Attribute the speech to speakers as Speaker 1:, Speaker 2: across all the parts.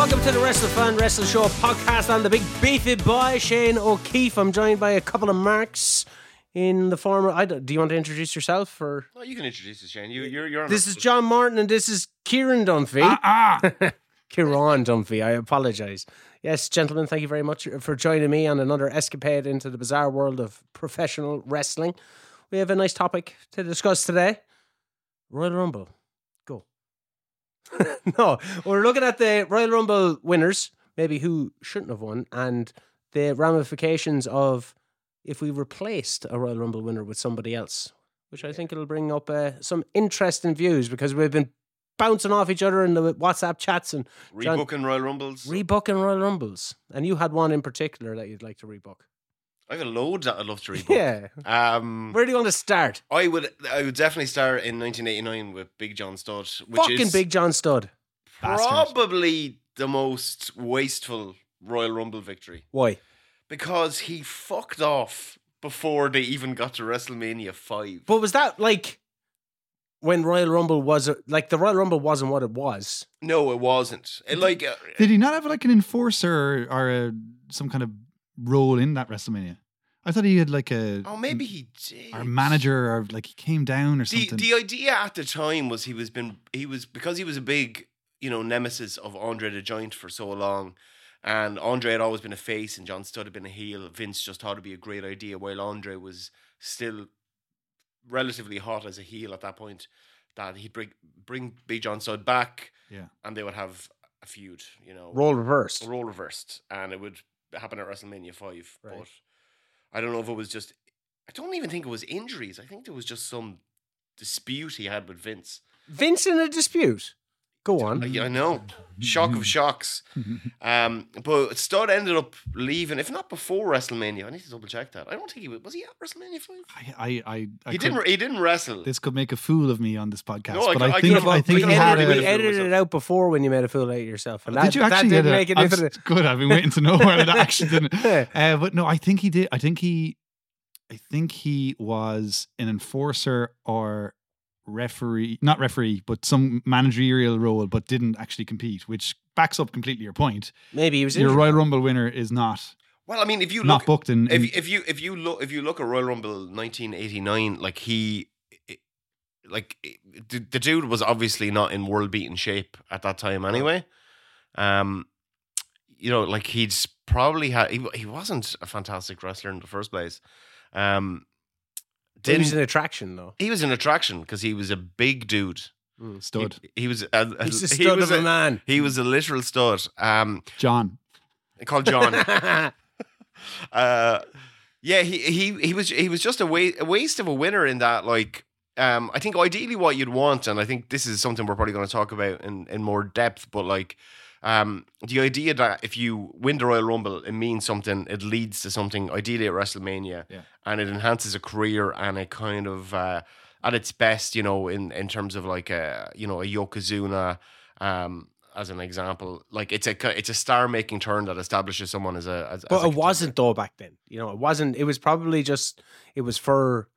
Speaker 1: Welcome to the Wrestler Fan Wrestler Show podcast. I'm the big beefy boy, Shane O'Keefe. I'm joined by a couple of marks in the former. I don't- do you want to introduce yourself? or
Speaker 2: No, Oh, you can introduce us, Shane. You, you're, you're on
Speaker 1: This is John Martin and this is Kieran Dunphy. Kieran Dunphy, I apologize. Yes, gentlemen, thank you very much for joining me on another escapade into the bizarre world of professional wrestling. We have a nice topic to discuss today Royal Rumble. Go. no, we're looking at the Royal Rumble winners, maybe who shouldn't have won, and the ramifications of if we replaced a Royal Rumble winner with somebody else, which I think it'll bring up uh, some interesting views because we've been bouncing off each other in the WhatsApp chats and John-
Speaker 2: rebooking Royal Rumbles.
Speaker 1: rebooking Royal Rumbles. And you had one in particular that you'd like to rebook.
Speaker 2: I have loads that I'd love to rebook.
Speaker 1: Yeah.
Speaker 2: Um,
Speaker 1: Where do you want to start?
Speaker 2: I would, I would definitely start in 1989 with Big John Studd, which
Speaker 1: Fucking
Speaker 2: is
Speaker 1: Big John Stud. Bastard.
Speaker 2: probably the most wasteful Royal Rumble victory
Speaker 1: Why?
Speaker 2: because he fucked off before they even got to WrestleMania five.
Speaker 1: But was that like when Royal Rumble was like the Royal Rumble wasn't what it was?
Speaker 2: No, it wasn't. It, like, uh,
Speaker 3: Did he not have like an enforcer or, or a, some kind of role in that WrestleMania? I thought he had like a
Speaker 2: oh, maybe he did.
Speaker 3: or manager or like he came down or
Speaker 2: The,
Speaker 3: something.
Speaker 2: the idea at the time was he was been he was because he was a big you know nemesis of Andre the Giant for so long, and Andre had always been a face and John Studd had been a heel. Vince just thought it'd be a great idea while Andre was still relatively hot as a heel at that point. That he'd bring bring Big John Studd back,
Speaker 3: Yeah.
Speaker 2: and they would have a feud, you know,
Speaker 1: Role reversed.
Speaker 2: role reversed, and it would happen at WrestleMania five.
Speaker 1: Right.
Speaker 2: But I don't know if it was just. I don't even think it was injuries. I think there was just some dispute he had with Vince.
Speaker 1: Vince in a dispute. Go
Speaker 2: I,
Speaker 1: on.
Speaker 2: I know, shock of shocks. Um, but Studd ended up leaving, if not before WrestleMania. I need to double check that. I don't think he was. Was he at WrestleMania five?
Speaker 3: I, I, I, I
Speaker 2: He
Speaker 3: could-
Speaker 2: didn't. He didn't wrestle.
Speaker 3: This could make a fool of me on this podcast,
Speaker 2: No, I
Speaker 3: but
Speaker 2: could-
Speaker 3: I,
Speaker 2: I could
Speaker 3: think
Speaker 2: have-
Speaker 3: I
Speaker 2: I
Speaker 3: think
Speaker 1: we
Speaker 2: could
Speaker 3: he
Speaker 2: have
Speaker 3: had
Speaker 1: edited,
Speaker 2: already
Speaker 1: we
Speaker 2: been
Speaker 3: a.
Speaker 2: edited
Speaker 1: edited it out before when you made a fool out of yourself. And that,
Speaker 3: Did you actually?
Speaker 1: that didn't
Speaker 3: edit
Speaker 1: make
Speaker 3: it?
Speaker 1: it into
Speaker 3: I'm s- good. I've been waiting to know whether that actually didn't.
Speaker 1: the.
Speaker 3: Uh, but no, I think he did. I think he, I think he was an enforcer or referee, not referee, but some managerial role, but didn't actually compete, which backs up completely your point.
Speaker 1: Maybe he was
Speaker 3: Your
Speaker 1: injured.
Speaker 3: Royal Rumble winner is not
Speaker 2: Well, I mean, if you
Speaker 3: not
Speaker 2: look,
Speaker 3: booked in. in-
Speaker 1: Mm-hmm.
Speaker 2: if if you if you look if you look at Royal Rumble 1989, like he, i- like i- the, the dude was obviously not in world beating shape at that time anyway. Um, you know, like he's probably had he, wa- he wasn't a fantastic wrestler in the first place. Um,
Speaker 1: He was
Speaker 2: didn't
Speaker 1: an attraction though.
Speaker 2: he was an attraction because he was a big dude. He,
Speaker 3: stud
Speaker 2: he was a, a-
Speaker 1: He's a
Speaker 2: he
Speaker 1: stud
Speaker 2: was
Speaker 1: of a
Speaker 2: a,
Speaker 1: man.
Speaker 2: he was a literal stud. Um,
Speaker 3: John.
Speaker 2: called John. Uh, yeah, he he he was he was just a, wa- a waste of a winner in that. Like, um, I think ideally what you'd want, and I think this is something we're probably going to talk about in in more depth. But like, um, the idea that if you win the Royal Rumble, it means something. It leads to something. Ideally at WrestleMania,
Speaker 3: Yeah.
Speaker 2: and it enhances a career and it kind of. Uh, at its best, you know, in, in terms of like a you know a Yokozuna, um, as an example, like it's a ki- it's a star making turn that establishes someone as a. As, as
Speaker 1: But
Speaker 2: a
Speaker 1: it wasn't though back then. You know, it wasn't. It was probably just. It was for.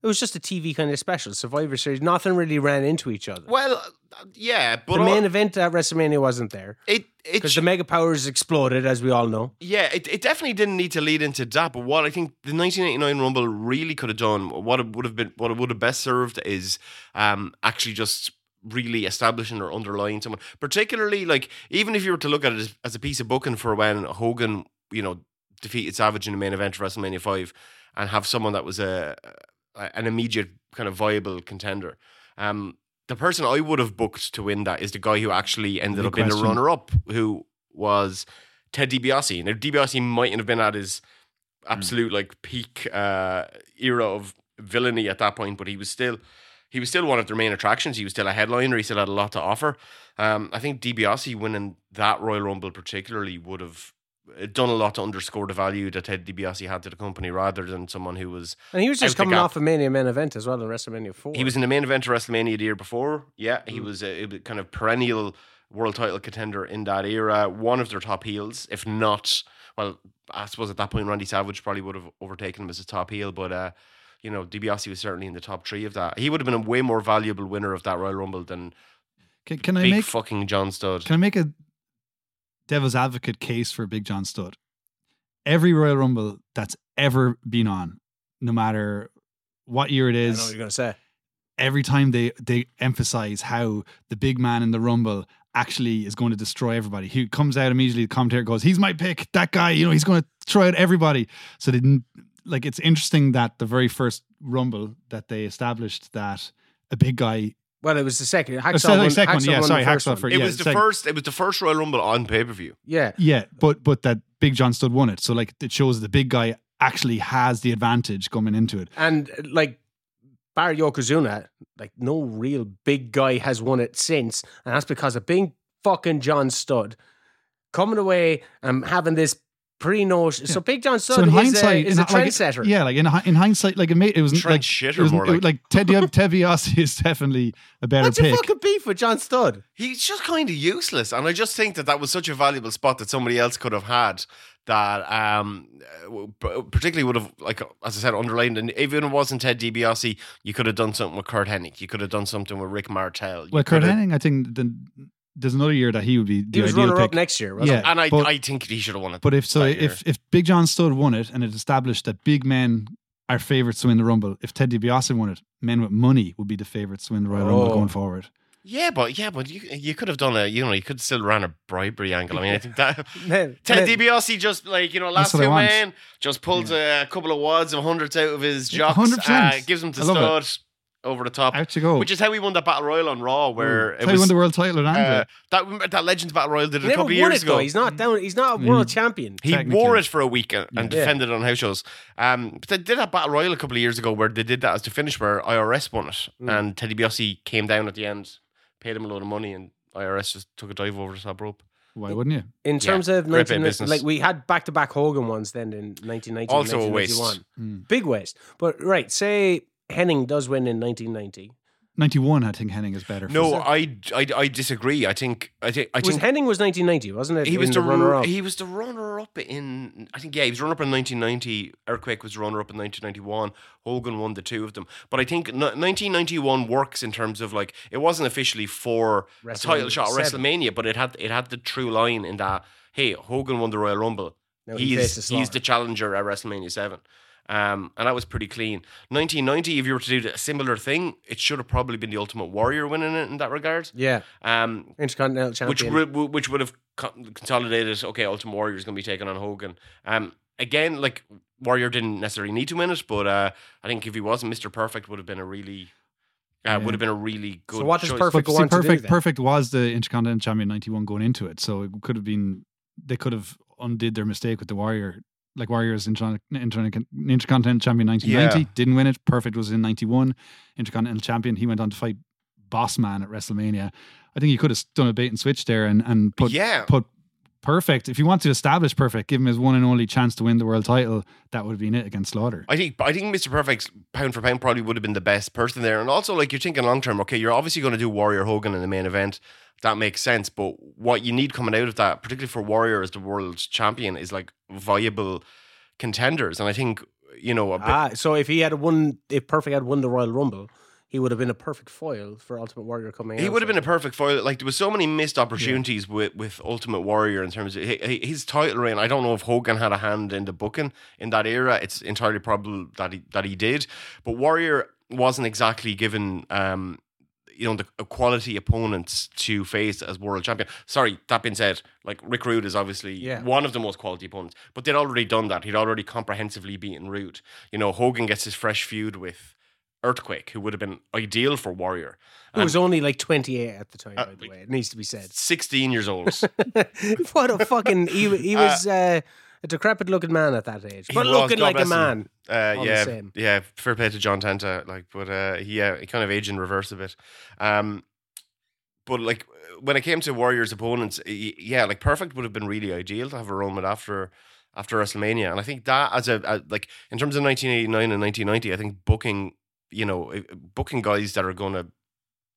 Speaker 1: It was just a TV kind of special Survivor Series. Nothing really ran into each other.
Speaker 2: Well, uh, yeah, but
Speaker 1: the main
Speaker 2: all-
Speaker 1: event at WrestleMania wasn't there
Speaker 2: it it
Speaker 1: because
Speaker 2: sh-
Speaker 1: the mega powers exploded, as we all know.
Speaker 2: yeah, it, it definitely didn't need to lead into that. But what I think the 1989 Rumble really could have done, what it would have been, what it would have best served is um, actually just really establishing or underlying someone. Particularly, like even if you were to look at it as, as a piece of booking for when Hogan, you know, defeated Savage in the main event of WrestleMania Five, and have someone that was a, a an immediate kind of viable contender. Um, the person I would have booked to win that is the guy who actually ended
Speaker 3: Good
Speaker 2: up being
Speaker 3: question.
Speaker 2: the runner up, who was Ted DiBiase. Now DiBiase mightn't have been at his
Speaker 3: Hmm.
Speaker 2: absolute like peak uh, era of villainy at that point, but he was still he was still one of their main attractions. He was still a headliner. He still had a lot to offer. Um, I think DiBiase winning that Royal Rumble particularly would have uh, done a lot to underscore the value that Ted DiBiase had to the company, rather than someone who was
Speaker 1: And he was
Speaker 2: Out
Speaker 1: just
Speaker 2: the
Speaker 1: coming
Speaker 2: gap.
Speaker 1: off a Mania main event as well in WrestleMania four.
Speaker 2: he was in the main event of WrestleMania the year before. Yeah, he
Speaker 1: Mm.
Speaker 2: was a, a kind of perennial world title contender in that era. One of their top heels, if not, well, I suppose at that point Randy Savage probably would have overtaken him as a top heel, but uh, you know, DiBiase was certainly in the top three of that. He would have been a way more valuable winner of that Royal Rumble than
Speaker 3: Can, can I
Speaker 2: big
Speaker 3: make
Speaker 2: fucking John Studd.
Speaker 3: can I make a devil's advocate case for Big John Studd. Every Royal Rumble that's ever been on, no matter what year it
Speaker 1: I know what
Speaker 3: is,
Speaker 1: you're gonna say.
Speaker 3: every time they they emphasize how the big man in the rumble actually is going to destroy everybody. He comes out immediately. The commentator goes, "He's my pick. That guy. You know, he's going to throw out everybody." So they didn't like. It's interesting that the very first rumble that they established that a big guy.
Speaker 1: Well, it was the second. Hacksaw
Speaker 3: Oh, sorry,
Speaker 1: won-
Speaker 3: second one,
Speaker 1: Hacksaw
Speaker 3: yeah,
Speaker 1: won the
Speaker 3: sorry,
Speaker 1: first
Speaker 3: Hacksaw
Speaker 1: one.
Speaker 3: for-
Speaker 2: It
Speaker 3: yeah,
Speaker 2: was the
Speaker 3: second.
Speaker 2: first. It was the first Royal Rumble on pay per view.
Speaker 1: Yeah,
Speaker 3: Yeah, but but that Big John Studd won it. So like it shows the big guy actually has the advantage coming into it.
Speaker 1: and uh, like Barry Yokozuna, like no real big guy has won it since, and that's because of being fucking John Studd coming away and having this pre-notion. So Big John Studd
Speaker 3: so in
Speaker 1: is,
Speaker 3: hindsight,
Speaker 1: a, is a
Speaker 3: in- like,
Speaker 1: trendsetter.
Speaker 3: yeah, like in, hi- in hindsight, like it made it was like
Speaker 2: Trent
Speaker 3: it
Speaker 2: Shitter,
Speaker 3: was,
Speaker 2: more
Speaker 3: it was
Speaker 2: like.
Speaker 3: like Ted Ted DiBiase is definitely a better
Speaker 1: What's your
Speaker 3: pick.
Speaker 1: fucking beef with John Studd?
Speaker 2: He's just kind of useless, and I just think that that was such a valuable spot that somebody else could have had. That um, uh, w- p- particularly would have, like as I said, underlined. And even if it wasn't Ted DiBiase, you could have done something with Kurt Hennig. You could have done something with Rick Martel. You
Speaker 3: Well, Kurt
Speaker 2: could have-
Speaker 3: Hennig, I think the, there's another year that he would be the
Speaker 1: He was
Speaker 3: ideal
Speaker 1: runner-up
Speaker 3: pick.
Speaker 1: next year, wasn't
Speaker 3: yeah,
Speaker 2: and I,
Speaker 3: but,
Speaker 2: I think he should have won it.
Speaker 3: but if so,
Speaker 2: that
Speaker 3: if if Big John Studd won it and it established that big men are favorites to win the Rumble, if Ted DiBiase won it, men with money would be the favorites to win the Royal
Speaker 1: Oh.
Speaker 3: Rumble going forward.
Speaker 2: yeah, but yeah, but you you could have done a you know you could still ran a bribery angle. I mean, I think that
Speaker 1: he? Man,
Speaker 2: Ted
Speaker 1: man,
Speaker 2: DiBiase just like you know
Speaker 3: That's
Speaker 2: last
Speaker 3: what I
Speaker 2: two
Speaker 3: want.
Speaker 2: men just pulls a couple of wads of hundreds out of his
Speaker 3: Yeah,
Speaker 2: jocks,
Speaker 3: 100%.
Speaker 2: Uh, gives them to
Speaker 3: I love
Speaker 2: Studd over the top.
Speaker 3: Out you go.
Speaker 2: Which is how we won that battle royal on Raw, where
Speaker 3: That's
Speaker 2: it
Speaker 3: how he
Speaker 2: was
Speaker 3: won the world title at
Speaker 2: uh,
Speaker 3: Andrew.
Speaker 2: that that Legends battle royal did
Speaker 1: He
Speaker 2: it a
Speaker 1: never
Speaker 2: couple
Speaker 1: won
Speaker 2: of years
Speaker 1: it though.
Speaker 2: ago.
Speaker 1: He's not down. He's not a
Speaker 3: Mm.
Speaker 1: world champion.
Speaker 2: He
Speaker 3: Technically.
Speaker 2: wore it for a week and, and
Speaker 1: Yeah.
Speaker 2: defended it on house shows. Um, but they did that battle royal a couple of years ago where they did that as the finish, where IRS won it,
Speaker 1: Mm.
Speaker 2: and Teddy Biossi came down at the end, paid him a load of money, and IRS just took a dive over the top rope.
Speaker 3: Why wouldn't you?
Speaker 1: In terms of
Speaker 2: great bit
Speaker 1: 19,
Speaker 2: of business.
Speaker 1: like we had back-to-back Hogan ones then in 1990,
Speaker 2: Also a
Speaker 1: 1991.
Speaker 2: waste.
Speaker 3: Mm.
Speaker 1: big waste. But right, say Henning does win in 1990.
Speaker 3: 91, I think Henning is better. for
Speaker 2: No,
Speaker 3: us.
Speaker 2: I, I, I disagree. I think I think I
Speaker 1: was
Speaker 2: think
Speaker 1: Henning was 1990, wasn't it?
Speaker 2: he was
Speaker 1: In
Speaker 2: the,
Speaker 1: runner-up.
Speaker 2: he was the runner up in I think yeah he was runner up in 1990. Earthquake was runner up in 1991. Hogan won the two of them, but I think n- 1991 works in terms of like it wasn't officially for a title
Speaker 1: WrestleMania
Speaker 2: shot at
Speaker 1: seven.
Speaker 2: WrestleMania, but it had it had the true line in that hey Hogan won the Royal Rumble.
Speaker 1: No, he
Speaker 2: he's
Speaker 1: faced a
Speaker 2: he's
Speaker 1: slaughter.
Speaker 2: the challenger at WrestleMania seven. Um, and that was pretty clean. 1990, if you were to do a similar thing, it should have probably been the Ultimate Warrior winning it in that regard.
Speaker 1: yeah,
Speaker 2: Um,
Speaker 1: Intercontinental
Speaker 2: which
Speaker 1: Champion.
Speaker 2: would would- which would have con- consolidated. Okay, Ultimate Warrior is going to be taking on Hogan. Um, again, like Warrior didn't necessarily need to win it, but uh, I think if he wasn't, Mister Perfect would have been a really uh,
Speaker 3: Yeah.
Speaker 2: would have been a really good.
Speaker 1: So what does
Speaker 2: choice.
Speaker 1: Perfect
Speaker 3: But
Speaker 1: go
Speaker 3: see,
Speaker 1: on to do
Speaker 3: perfect,
Speaker 1: then?
Speaker 3: perfect was the Intercontinental Champion 91 going into it. So it could have been, they could have undid their mistake with the Warrior. Like Warriors Inter- Inter- Intercontinental Champion 1990, didn't win it. Perfect was in 91. Intercontinental Champion, he went on to fight Boss Man at WrestleMania. I think you could have done a bait and switch there and, and put,
Speaker 2: yeah,
Speaker 3: put Perfect. If you want to establish Perfect, give him his one and only chance to win the world title, that would have been it against Slaughter.
Speaker 2: I think I think Mr. Perfect's pound for pound probably would have been the best person there. And also, like you're thinking long term, okay, you're obviously going to do Warrior Hogan in the main event. That makes sense. But what you need coming out of that, particularly for Warrior as the world champion, is like viable contenders. And I think you know a bit,
Speaker 1: ah, so if he had won, if Perfect had won the Royal Rumble, he would have been a perfect foil for Ultimate Warrior coming.
Speaker 2: he
Speaker 1: out
Speaker 2: would have
Speaker 1: for
Speaker 2: been a perfect foil. Like there was so many missed opportunities with, with Ultimate Warrior in terms of hi- hi- his title reign. I don't know if Hogan had a hand in the booking in that era. It's entirely probable that he that he did, but Warrior wasn't exactly given. Um, you know the quality opponents to face as world champion. Sorry, that being said, like Rick Rude is obviously
Speaker 1: Yeah.
Speaker 2: one of the most quality opponents, but they'd already done that. He'd already comprehensively beaten Rude. You know, Hogan gets his fresh feud with Earthquake, who would have been ideal for Warrior.
Speaker 1: Who was only like 28 at the time,
Speaker 2: Uh,
Speaker 1: by the way. It needs to be said.
Speaker 2: 16 years old.
Speaker 1: what a fucking he, he was uh, a decrepit looking man at that age,
Speaker 2: He
Speaker 1: but
Speaker 2: was,
Speaker 1: looking
Speaker 2: God
Speaker 1: like a
Speaker 2: bless him.
Speaker 1: man.
Speaker 2: Uh,
Speaker 1: All the
Speaker 2: yeah,
Speaker 1: same.
Speaker 2: yeah. Fair play to John Tanta, like, but uh, he, yeah, he kind of aged in reverse a bit. Um, but like when it came to Warriors opponents, y- yeah, like Perfect would have been really ideal to have a run with after after WrestleMania, and I think that as a, a like in terms of 1989 and 1990, I think booking you know i- booking guys that are going to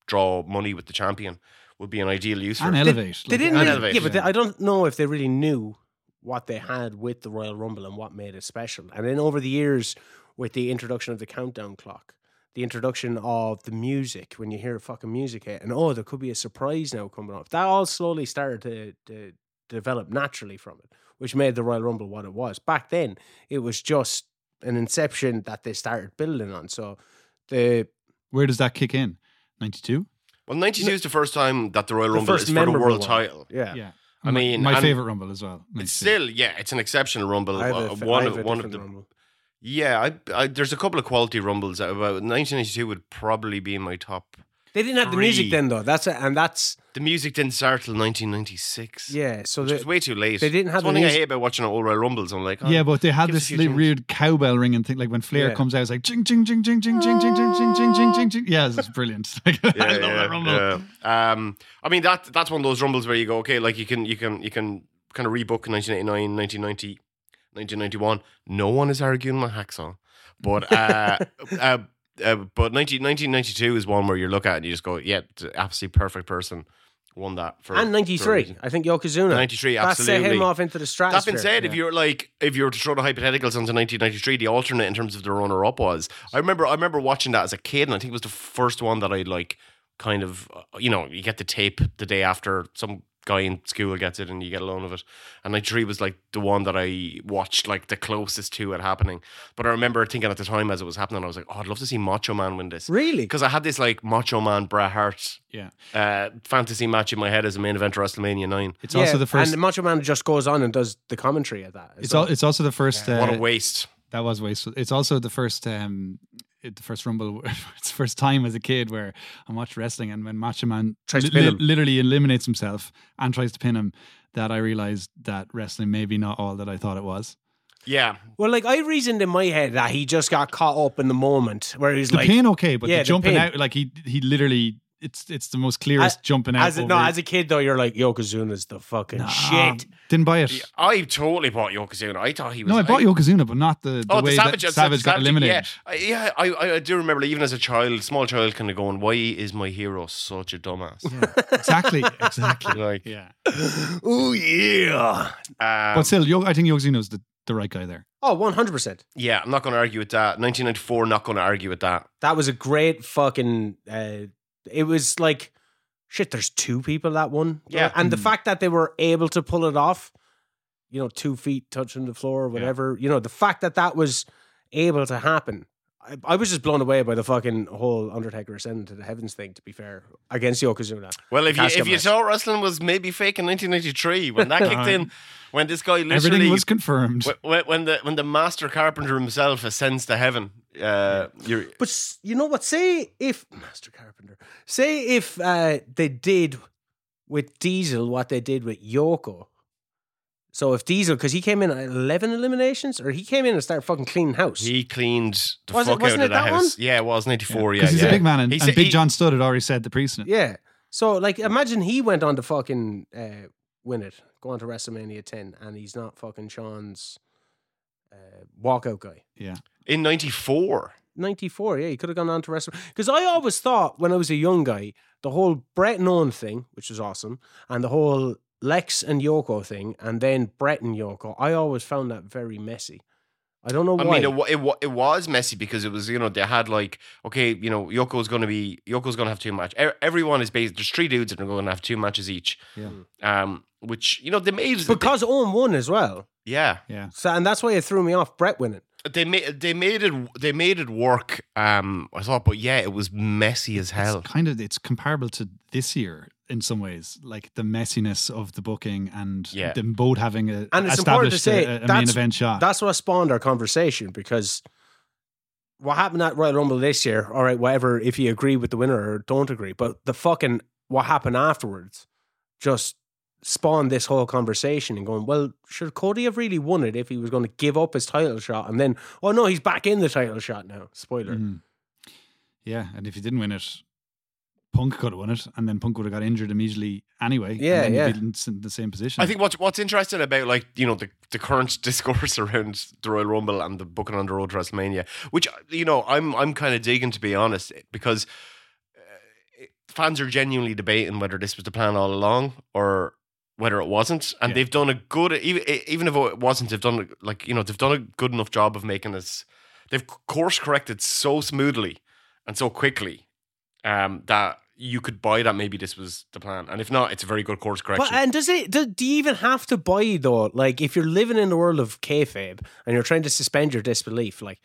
Speaker 2: draw money with the champion would be an ideal use for.
Speaker 3: And
Speaker 2: it.
Speaker 3: elevate.
Speaker 1: They
Speaker 3: like,
Speaker 1: didn't.
Speaker 2: and
Speaker 1: Really,
Speaker 2: elevate.
Speaker 1: yeah, but they, I don't know if they really knew what they had with the Royal Rumble and what made it special. And then over the years, with the introduction of the countdown clock, the introduction of the music, when you eh, hear fucking music hit, and oh, there could be a surprise now coming up. That all slowly started to to developed naturally from it, which made the Royal Rumble what it was. Back then, it was just an inception that they started building on. So the
Speaker 3: Where does that kick in? 92?
Speaker 2: Well, 92 is the first time that the Royal
Speaker 1: The
Speaker 2: Rumble
Speaker 1: first
Speaker 2: is for the
Speaker 1: memorable
Speaker 2: world
Speaker 1: one.
Speaker 2: title.
Speaker 1: yeah,
Speaker 2: I
Speaker 3: My-
Speaker 2: mean,
Speaker 3: my,
Speaker 2: and-
Speaker 3: favorite Rumble as well.
Speaker 2: It's
Speaker 3: 92.
Speaker 2: still, yeah, it's an exceptional Rumble.
Speaker 1: I have
Speaker 2: Uh,
Speaker 1: a fa-
Speaker 2: one
Speaker 1: I
Speaker 2: of,
Speaker 1: have a
Speaker 2: one of
Speaker 1: different
Speaker 2: the,
Speaker 1: Rumble.
Speaker 2: yeah, I, I, there's a couple of quality Rumbles. Uh, About 1992 would probably be in my top.
Speaker 1: They didn't have the music
Speaker 2: Three.
Speaker 1: then though. That's it, and that's
Speaker 2: The music didn't start till 1996.
Speaker 1: yeah. So
Speaker 2: which
Speaker 1: the,
Speaker 2: was way too late.
Speaker 1: they didn't have
Speaker 2: It's one
Speaker 1: the
Speaker 2: thing I
Speaker 1: music-
Speaker 2: hate about watching all Royal Rumbles. I'm like, oh,
Speaker 3: Yeah, but they had
Speaker 2: give us a
Speaker 3: this
Speaker 2: few
Speaker 3: li-
Speaker 2: tunes.
Speaker 3: weird cowbell ringing thing. Like when Flair
Speaker 1: Yeah.
Speaker 3: comes out, it's like ching ching ching ching ching ching ching ching ching ching ching ching ching. Yeah, it's brilliant. Like,
Speaker 2: Yeah,
Speaker 3: I love that Rumble.
Speaker 2: yeah, yeah. Um, I mean that that's one of those rumbles where you go, okay, like you can you can you can kind of rebook 1989, 1990, 1991. No one is arguing my hacksaw, but uh, uh, uh, but 19, 1992 is one where you look at it and you just go, yeah, t- absolutely perfect person won that for
Speaker 1: and
Speaker 2: for a
Speaker 1: '93.
Speaker 2: reason.
Speaker 1: I think Yokozuna.
Speaker 2: 93,
Speaker 1: that
Speaker 2: absolutely.
Speaker 1: set him off into the
Speaker 2: That
Speaker 1: stratosphere.
Speaker 2: being said, if
Speaker 1: Yeah.
Speaker 2: you're like, if you were to throw the hypotheticals onto 1993, the alternate in terms of the runner-up was, I remember, I remember watching that as a kid, and I think it was the first one that I like, kind of, uh, you know, you get the tape the day after some guy in school gets it, and you get a loan of it. And 93 was like the one that I watched like the closest to it happening. But I remember thinking at the time as it was happening, I was like, oh, I'd love to see Macho Man win this.
Speaker 1: really,
Speaker 2: Because I had this like Macho Man Bret Hart
Speaker 3: Yeah.
Speaker 2: uh, fantasy match in my head as a main event for WrestleMania 9.
Speaker 3: It's
Speaker 1: Yeah,
Speaker 3: also the first.
Speaker 1: and Macho Man just goes on and does the commentary at that. as
Speaker 3: It's
Speaker 1: well.
Speaker 3: all. It's also the first. Uh,
Speaker 2: What a waste.
Speaker 3: that was wasteful. It's also the first. Um, it- the first Rumble. it's the first time as a kid where I watched wrestling, and when Macho Man
Speaker 1: Tries to pin him.
Speaker 3: literally eliminates himself and tries to pin him, that I realized that wrestling maybe not all that I thought it was.
Speaker 2: Yeah.
Speaker 1: Well, like I reasoned in my head that he just got caught up in the moment where he's
Speaker 3: The
Speaker 1: like,
Speaker 3: pain, okay, but
Speaker 1: yeah,
Speaker 3: the
Speaker 1: the
Speaker 3: jumping
Speaker 1: pin.
Speaker 3: out, like he he literally. It's it's the most clearest jumping out.
Speaker 1: as a,
Speaker 3: over-
Speaker 1: no, as a kid though, you're like Yokozuna's the fucking
Speaker 3: Nah,
Speaker 1: shit.
Speaker 3: Didn't buy it.
Speaker 2: Yeah, I totally bought Yokozuna. I thought he was.
Speaker 3: No, I bought Yokozuna, but not the, the
Speaker 2: Oh,
Speaker 3: way
Speaker 2: the Savage, that's-
Speaker 3: that Savage
Speaker 2: that's
Speaker 3: got eliminated.
Speaker 2: Yeah, I, yeah I, I, I do remember even as a child, small child, kind of going, "Why is my hero such a dumbass?"
Speaker 3: exactly, exactly.
Speaker 2: like,
Speaker 3: Yeah,
Speaker 1: Oh yeah.
Speaker 2: um,
Speaker 3: but still, Yo- I think Yokozuna's the, the right guy there.
Speaker 1: Oh, 100 percent.
Speaker 2: yeah, I'm not going to argue with that. 1994, not going to argue with that.
Speaker 1: That was a great fucking. Uh, it was like shit. There's two people that one.
Speaker 2: Yeah.
Speaker 1: and the
Speaker 3: Mm.
Speaker 1: fact that they were able to pull it off, you know, two feet touching the floor, or whatever. You know, the fact that that was able to happen. I, I was just blown away by the fucking whole Undertaker ascending to the heavens thing. To be fair, against Yokozuna.
Speaker 2: Well, if you
Speaker 1: Casket
Speaker 2: if you
Speaker 1: match.
Speaker 2: thought wrestling was maybe fake in 1993, when that kicked in, when this guy literally.
Speaker 3: Everything was confirmed.
Speaker 2: wh- wh- when the when the master carpenter himself ascends to heaven, uh, you're,
Speaker 1: But s- you know what? Say if Master Carpenter, say if uh, they did with Diesel what they did with Yoko. So if Diesel, because he came in at eleven eliminations, or he came in and started fucking cleaning house.
Speaker 2: he cleaned the
Speaker 1: Was it-
Speaker 2: fuck
Speaker 1: wasn't it
Speaker 2: out of that,
Speaker 1: that
Speaker 2: house. Yeah, it was 94. Yeah,
Speaker 3: Because he's
Speaker 2: yeah.
Speaker 3: a big man, and,
Speaker 2: He
Speaker 3: and
Speaker 2: said-
Speaker 3: Big
Speaker 2: he-
Speaker 3: John Studd had already said the precedent.
Speaker 1: yeah. So like, imagine he went on to fucking uh, win it, go on to WrestleMania ten, and he's not fucking Sean's uh, walkout guy.
Speaker 2: in 94.
Speaker 1: 94, yeah, he could have gone on to wrestle. Because I always thought when I was a young guy, the whole Brett and Owen thing, which was awesome, and the whole Lex and Yoko thing, and then Brett and Yoko, I always found that very messy. I don't know
Speaker 2: I
Speaker 1: why.
Speaker 2: mean, it, wa- it, wa- it was messy because it was, you know, they had like, okay, you know, Yoko's going to be, Yoko's going to have two matches. Everyone is based, there's three dudes and they're going to have two matches each.
Speaker 3: Yeah.
Speaker 2: Um, which, you know, they made,
Speaker 1: because Owen won as well.
Speaker 2: yeah,
Speaker 3: yeah.
Speaker 1: So, and that's why it threw me off Brett winning.
Speaker 2: they made, they made it, they made it work. Um, I thought, but yeah, it was messy as hell.
Speaker 3: It's kind of it's comparable to this year in some ways, like the messiness of the booking and
Speaker 2: Yeah.
Speaker 3: them both having a
Speaker 1: And it's important to
Speaker 3: established
Speaker 1: say
Speaker 3: a, a main
Speaker 1: that's-
Speaker 3: event shot.
Speaker 1: That's what spawned our conversation because what happened at Royal Rumble this year, all right, whatever, if you agree with the winner or don't agree, but the fucking what happened afterwards just spawned this whole conversation and going, well, should Cody have really won it if he was going to give up his title shot and then, oh no, he's back in the title shot now? Spoiler.
Speaker 3: Mhm. Yeah, and if he didn't win it, Punk could have won it, and then Punk would have got injured immediately anyway. and
Speaker 1: Yeah,
Speaker 3: then
Speaker 1: yeah.
Speaker 3: He'd be in s- the same position.
Speaker 2: I think what's what's interesting about like you know the, the current discourse around the Royal Rumble and the booking on the road to WrestleMania, which you know I'm I'm kind of digging to be honest because uh, fans are genuinely debating whether this was the plan all along or whether it wasn't, and
Speaker 3: Yeah.
Speaker 2: they've done a good even even if it wasn't, they've done like you know they've done a good enough job of making us they've course corrected so smoothly and so quickly um, that you could buy that maybe this was the plan, and if not, it's a very good course correction.
Speaker 1: But, and does it? Do, do you even have to buy though? Like, if you're living in the world of kayfabe and you're trying to suspend your disbelief, like,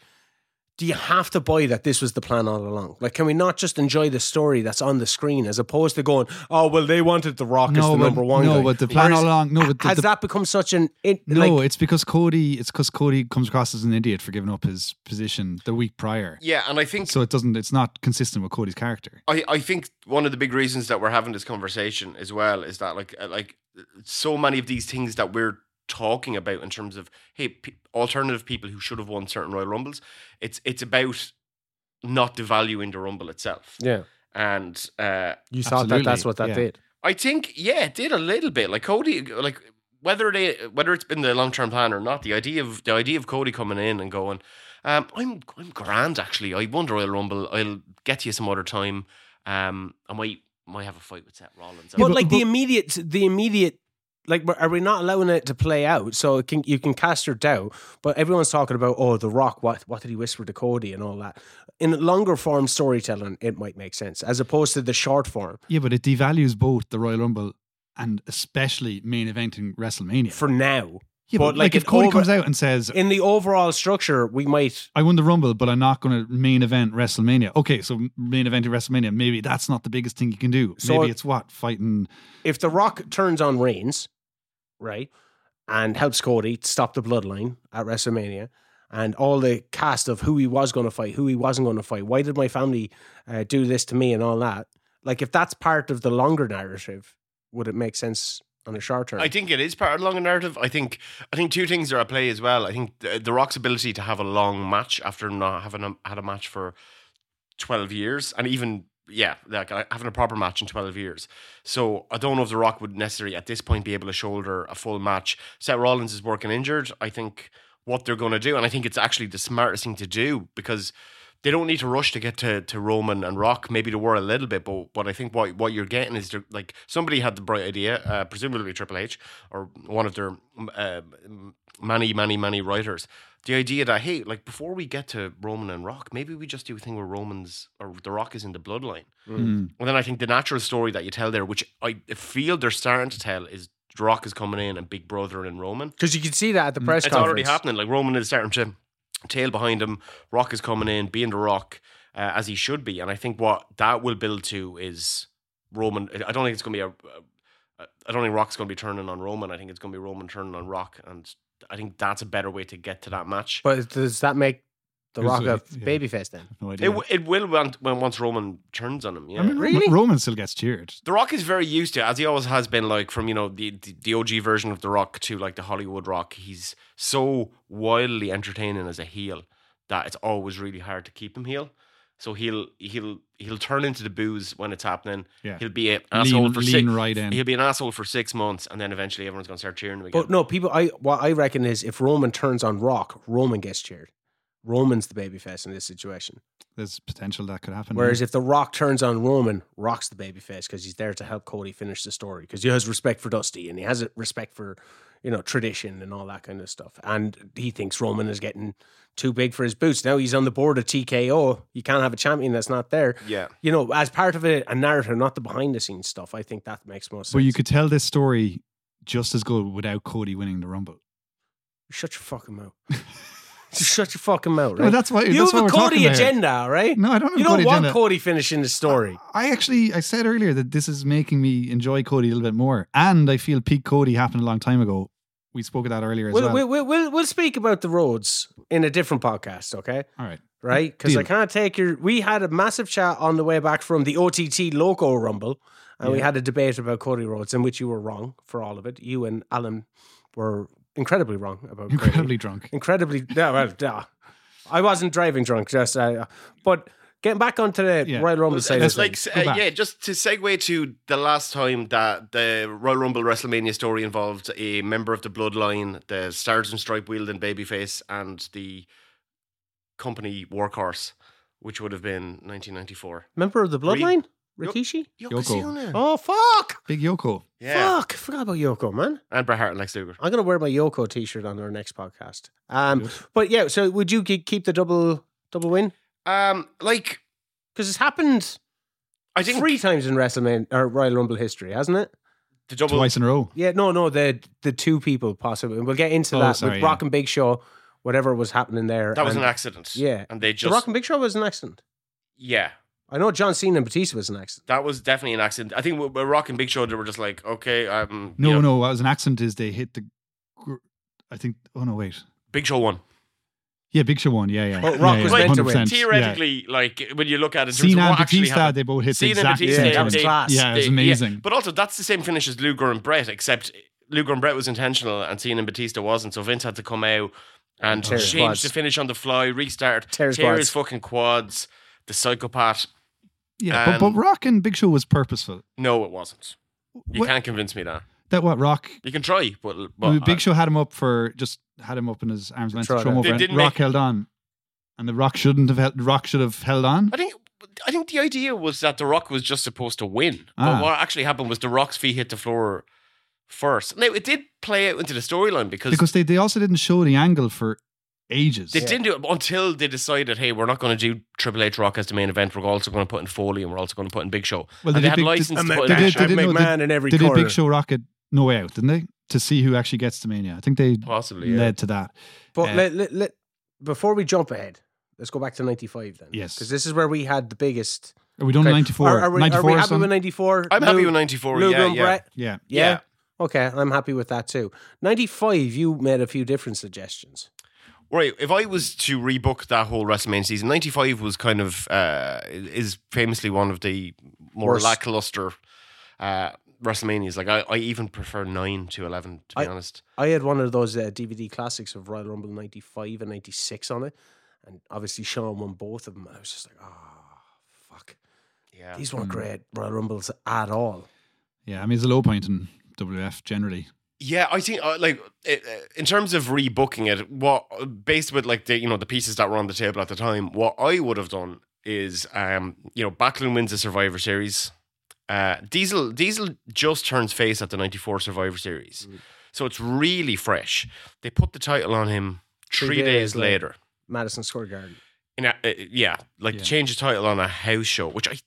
Speaker 1: do you have to buy that this was the plan all along? Like, can we not just enjoy the story that's on the screen as opposed to going, oh well, they wanted the Rock as the
Speaker 3: but,
Speaker 1: number one
Speaker 3: no,
Speaker 1: guy?
Speaker 3: but the plan
Speaker 1: Whereas-
Speaker 3: all along. No, but the,
Speaker 1: has
Speaker 3: the-
Speaker 1: that become such an it,
Speaker 3: no,
Speaker 1: like,
Speaker 3: it's because Cody. It's because Cody comes across as an idiot for giving up his position the week prior.
Speaker 2: yeah, and I think
Speaker 3: So it doesn't. It's not consistent with Cody's character.
Speaker 2: I, I think one of the big reasons that we're having this conversation as well is that like uh, like so many of these things that we're talking about in terms of hey pe alternative people who should have won certain Royal Rumbles, it's it's about not devaluing the Rumble itself.
Speaker 1: yeah?
Speaker 2: And uh,
Speaker 1: You thought that
Speaker 3: Absolutely,
Speaker 1: that's what that
Speaker 3: yeah.
Speaker 1: did.
Speaker 2: I think yeah, it did a little bit like Cody like whether they whether it's been the long term plan or not, the idea of the idea of Cody coming in and going, um, I'm I'm grand actually. I won the Royal Rumble. I'll get to you some other time. Um, I might might have a fight with Seth Rollins.
Speaker 1: But,
Speaker 3: but-
Speaker 1: like the
Speaker 3: but-
Speaker 1: immediate, the immediate, like, uh, we're- are we not allowing it to play out? So it can you can cast your doubt, but everyone's talking about oh, The Rock, what what did he whisper to Cody and all that. In longer form storytelling, it might make sense as opposed to the short form
Speaker 3: Yeah, but it devalues both the Royal Rumble and especially main eventing WrestleMania.
Speaker 1: for now.
Speaker 3: yeah,
Speaker 1: but, like,
Speaker 3: but, like,
Speaker 1: it
Speaker 3: if Cody
Speaker 1: over-
Speaker 3: comes out and says,
Speaker 1: In the overall structure, we might.
Speaker 3: I won the Rumble, but I'm not going to main event WrestleMania. Okay, so main event WrestleMania, maybe that's not the biggest thing you can do.
Speaker 1: So-
Speaker 3: maybe it's what? Fighting.
Speaker 1: If The Rock turns on Reigns, right, and helps Cody stop the bloodline at WrestleMania, and all the cast of who he was going to fight, who he wasn't going to fight, why did my family uh, do this to me, and all that. Like, if that's part of the longer narrative, would it make sense on a short term?
Speaker 2: I think it is part of the longer narrative. I think I think two things are at play as well. I think the, the Rock's ability to have a long match after not having a, had a match for twelve years, and even yeah, like uh, having a proper match in twelve years. So I don't know if the Rock would necessarily at this point be able to shoulder a full match. Seth Rollins is working injured. I think what they're going to do, and I think it's actually the smartest thing to do because. They don't need to rush to get to, to Roman and Rock. Maybe they were a little bit, but but I think what what you're getting is they're- like somebody had the bright idea, uh, presumably Triple H, or one of their um, uh, many, many, many writers. The idea that hey, like before we get to Roman and Rock, maybe we just do a thing where Romans or the Rock is in the bloodline.
Speaker 3: Mm.
Speaker 2: And then I think the natural story that you tell there, which I feel they're starting to tell, is the Rock is coming in and Big Brother and Roman.
Speaker 1: Because you can see that at the
Speaker 3: Mm.
Speaker 1: press
Speaker 2: It's
Speaker 1: conference.
Speaker 2: already happening. Like Roman is starting to tail behind him. Rock is coming in, being the Rock uh, as he should be. And I think what that will build to is Roman. I don't think it's going to be a. a- I don't think Rock's going to be turning on Roman. I think it's going to be Roman turning on Rock, and I think that's a better way to get to that match.
Speaker 1: But does that make The
Speaker 3: Who's
Speaker 1: Rock
Speaker 3: the-
Speaker 1: a
Speaker 3: yeah.
Speaker 1: babyface then?
Speaker 3: No
Speaker 2: it
Speaker 3: idea.
Speaker 2: w- it will when, when once Roman turns on him. Yeah.
Speaker 3: I mean, Roman-
Speaker 1: Really?
Speaker 3: Roman still gets cheered.
Speaker 2: The Rock is very used to, it, as he always has been, like from you know the, the the OG version of The Rock to like the Hollywood Rock. He's so wildly entertaining as a heel that it's always really hard to keep him heel. So he'll he'll he'll turn into the booze when it's happening.
Speaker 3: Yeah.
Speaker 2: He'll be an asshole
Speaker 3: Lean,
Speaker 2: for six.
Speaker 3: lean right in.
Speaker 2: He'll be an asshole for six months, and then eventually everyone's gonna start cheering him again.
Speaker 1: But no, people. I what I reckon is if Roman turns on Rock, Roman gets cheered. Roman's the babyface in this situation.
Speaker 3: There's potential that could happen.
Speaker 1: Whereas if the Rock turns on Roman, Rock's the babyface because he's there to help Cody finish the story because he has respect for Dusty and he has a respect for you know tradition and all that kind of stuff. And he thinks Roman is getting too big for his boots. Now he's on the board of TKO. You can't have a champion that's not there.
Speaker 2: yeah,
Speaker 1: You know, as part of a, a narrative, not the behind the scenes stuff. I think that makes more sense.
Speaker 3: But you could tell this story just as good without Cody winning the Rumble.
Speaker 1: shut your fucking mouth. Just shut your fucking mouth. Right?
Speaker 3: No, that's why.
Speaker 1: you
Speaker 3: that's
Speaker 1: have a
Speaker 3: what we're talking
Speaker 1: Cody
Speaker 3: about.
Speaker 1: agenda, all right?
Speaker 3: No, I don't. Have
Speaker 1: you
Speaker 3: a
Speaker 1: don't
Speaker 3: Cody
Speaker 1: want
Speaker 3: agenda.
Speaker 1: Cody finishing the story.
Speaker 3: I actually, I said earlier that this is making me enjoy Cody a little bit more, and I feel peak Cody happened a long time ago. We spoke of that earlier as
Speaker 1: We'll,
Speaker 3: well.
Speaker 1: we'll, we'll, we'll, we'll speak about the roads in a different podcast, okay?
Speaker 3: All right,
Speaker 1: Right? Because I
Speaker 3: Deal.
Speaker 1: can't take your. We had a massive chat on the way back from the OTT Loco Rumble, and we
Speaker 3: Yeah.
Speaker 1: had a debate about Cody Rhodes, in which you were wrong for all of it. You and Alan were incredibly wrong about Cody.
Speaker 3: incredibly drunk.
Speaker 1: incredibly. No, well, duh. I wasn't driving drunk, just uh, but getting back onto the
Speaker 3: Yeah.
Speaker 1: Royal Rumble
Speaker 2: It's
Speaker 1: side, of
Speaker 2: like
Speaker 1: things.
Speaker 2: uh,
Speaker 3: Go back.
Speaker 2: yeah, just to segue to the last time that the Royal Rumble WrestleMania story involved a member of the Bloodline, the Stars and Stripe wielding babyface, and the company workhorse, which would have been 1994.
Speaker 1: member of the
Speaker 2: Re-
Speaker 1: Bloodline, Rikishi.
Speaker 3: Yokozuna.
Speaker 1: Oh fuck!
Speaker 3: Big Yoko.
Speaker 2: Yeah,
Speaker 1: Fuck! I forgot about Yoko, man.
Speaker 2: and Bret Hart and Lex Luger.
Speaker 1: I'm gonna wear my Yoko T-shirt on our next podcast. Um, but yeah, so would you ke- keep the double double win?
Speaker 2: Um, like
Speaker 1: Because it's happened
Speaker 2: I think
Speaker 1: three times in WrestleMania or Royal Rumble history, hasn't it?
Speaker 2: the double.
Speaker 3: twice in a row.
Speaker 1: Yeah, no, no, the the two people possibly. We'll get into
Speaker 3: Oh,
Speaker 1: that
Speaker 3: sorry,
Speaker 1: with
Speaker 3: yeah.
Speaker 1: Rock and Big Show, whatever was happening there.
Speaker 2: That was
Speaker 1: and-
Speaker 2: an accident.
Speaker 1: Yeah.
Speaker 2: and they
Speaker 1: The
Speaker 2: just
Speaker 1: Rock and Big Show was an accident.
Speaker 2: yeah.
Speaker 1: I know John Cena and Batista was an accident.
Speaker 2: That was definitely an accident. I think with with Rock and Big Show, they were just like, okay, um,
Speaker 3: No,
Speaker 2: you know,
Speaker 3: no, what was an accident is they hit the. gr- I think. Oh no, wait.
Speaker 2: Big Show won.
Speaker 3: Yeah, Big Show won. Yeah, yeah.
Speaker 1: But Rock
Speaker 3: yeah,
Speaker 1: was
Speaker 3: yeah,
Speaker 1: meant to win.
Speaker 3: 100%, yeah.
Speaker 2: Theoretically, like when you look at it, in terms
Speaker 3: Cena
Speaker 2: of
Speaker 3: and
Speaker 2: what actually
Speaker 3: Batista,
Speaker 2: happened-
Speaker 3: they both hit
Speaker 2: Cena and
Speaker 3: the exact
Speaker 2: Batista,
Speaker 3: same
Speaker 1: that was
Speaker 3: time.
Speaker 1: class.
Speaker 3: Yeah, it was
Speaker 2: They- yeah.
Speaker 3: amazing.
Speaker 2: But also, that's the same finish as Luger and Brett, except Luger and Brett was intentional and Cena and Batista wasn't. So Vince had to come out and
Speaker 1: Tear his
Speaker 2: change
Speaker 1: quads.
Speaker 2: the finish on the fly, restart,
Speaker 1: Tear his
Speaker 2: his
Speaker 1: quads.
Speaker 2: fucking quads. The psychopath.
Speaker 3: Yeah, but,
Speaker 2: Um,
Speaker 3: but Rock and Big Show was purposeful.
Speaker 2: No, it wasn't. You
Speaker 3: What-
Speaker 2: can't convince me that.
Speaker 3: That what Rock?
Speaker 2: You can try, but, but
Speaker 3: Big Show had him up for just had him up in his arms length.
Speaker 1: Throw
Speaker 3: to
Speaker 1: it
Speaker 3: Throw him
Speaker 1: out.
Speaker 3: over,
Speaker 2: uh, They
Speaker 3: and
Speaker 2: didn't
Speaker 3: Rock
Speaker 2: make-
Speaker 3: held on, and the Rock shouldn't have held. Rock should have held on.
Speaker 2: I think I think the idea was that The Rock was just supposed to win.
Speaker 3: Ah.
Speaker 2: But what actually happened was The Rock's feet hit the floor first. Now it did play out into the storyline because,
Speaker 3: because they, they also didn't show the angle for ages.
Speaker 2: they didn't do it until they decided, hey, we're not going to do Triple H Rock as the main event. We're also going to put in Foley and we're also going to put in Big Show. and
Speaker 3: Well, did
Speaker 2: they had
Speaker 3: Big-
Speaker 2: license
Speaker 1: I'm
Speaker 2: to
Speaker 1: a
Speaker 2: put
Speaker 3: they
Speaker 2: in
Speaker 3: did-
Speaker 1: dash.
Speaker 3: they
Speaker 1: I'm
Speaker 3: did- no, they-
Speaker 1: McMahon in every
Speaker 3: They did
Speaker 1: corner.
Speaker 3: Big Show Rocket No Way Out, didn't they? To see who actually gets to Mania. I think they
Speaker 2: possibly. Yeah.
Speaker 3: led to that.
Speaker 1: But
Speaker 3: Uh,
Speaker 1: let, let, let, before we jump ahead, let's go back to 95 then.
Speaker 3: Yes.
Speaker 1: Because this is where we had the biggest.
Speaker 3: Are we done
Speaker 1: Okay.
Speaker 3: to 94?
Speaker 1: Are, are we,
Speaker 3: 94
Speaker 1: are we
Speaker 3: or
Speaker 1: happy
Speaker 3: something?
Speaker 1: with 94?
Speaker 2: I'm happy
Speaker 1: Lou-
Speaker 2: with 94.
Speaker 1: Luger
Speaker 2: yeah,
Speaker 1: and
Speaker 2: yeah.
Speaker 1: Brett?
Speaker 3: Yeah.
Speaker 1: Yeah.
Speaker 2: Yeah.
Speaker 1: Okay, I'm happy with that too. 95, you made a few different suggestions.
Speaker 2: Right. If I was to rebook that whole WrestleMania season, 95 was kind of, uh, is famously one of the more
Speaker 1: Worst.
Speaker 2: lackluster uh, WrestleManias. Like, I, I even prefer 9 to 11, to be
Speaker 1: I-
Speaker 2: honest.
Speaker 1: I had one of those uh, DVD classics of Royal Rumble 95 and 96 on it. And obviously, Sean won both of them. I was just like, oh, fuck.
Speaker 2: Yeah. Hmm.
Speaker 1: These weren't
Speaker 3: Mm.
Speaker 1: great Royal Rumbles at all.
Speaker 3: Yeah, I mean, it's a low point in WF generally.
Speaker 2: Yeah, I think uh, like it, uh, in terms of rebooking it, what uh, based with like the you know the pieces that were on the table at the time, what I would have done is um you know Backlund wins the Survivor Series, uh Diesel Diesel just turns face at the '94 Survivor Series,
Speaker 1: Mm.
Speaker 2: so it's really fresh. They put the title on him three, days, later.
Speaker 1: Madison Square Garden.
Speaker 2: In a, uh, yeah, like
Speaker 3: Yeah.
Speaker 2: change the title on a house show, which I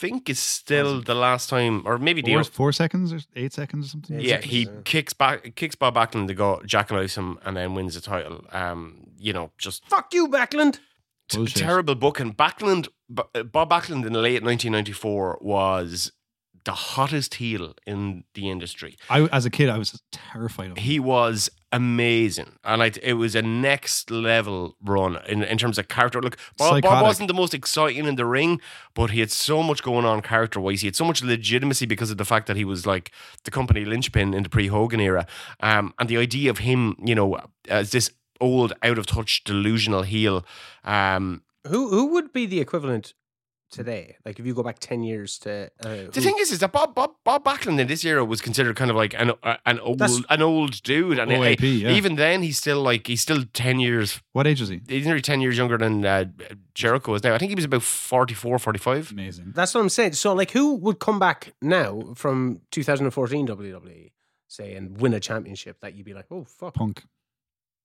Speaker 2: think is still the last time, or maybe the
Speaker 3: Four, four seconds or eight seconds or something?
Speaker 2: yeah,
Speaker 1: Exactly,
Speaker 2: he
Speaker 1: yeah.
Speaker 2: kicks back, kicks Bob Backlund to go jackknife him, and then wins the title. Um, you know, just
Speaker 1: Fuck you, Backlund.
Speaker 2: t-
Speaker 3: Bullshit.
Speaker 2: terrible book. And Backlund, B- uh, Bob Backlund in the late 1994 was the hottest heel in the industry.
Speaker 3: I, as a kid, I was terrified of him.
Speaker 2: He was amazing, and I, it was a next level run in, in terms of character. Look, Bob, Bob
Speaker 3: Psychotic.
Speaker 2: wasn't the most exciting in the ring, but he had so much going on character wise. He had so much legitimacy because of the fact that he was like the company linchpin in the pre Hogan era, um, and the idea of him, you know, as this old, out of touch, delusional heel. Um,
Speaker 1: Who who would be the equivalent today? Like if you go back ten years to uh,
Speaker 2: the
Speaker 1: who-
Speaker 2: thing is, is that Bob Bob Bob Backlund in this era was considered kind of like an uh, an old
Speaker 1: That's-
Speaker 2: an old dude, and uh,
Speaker 3: OAP, yeah.
Speaker 2: even then he's still like he's still ten years
Speaker 3: what age was he?
Speaker 2: he's nearly 10 years younger than uh, Jericho is now. I think he was about 44, 45.
Speaker 3: Amazing.
Speaker 1: that's what I'm saying. So like, who would come back now from 2014 WWE E, say and win a championship that you'd be like, oh fuck,
Speaker 3: Punk.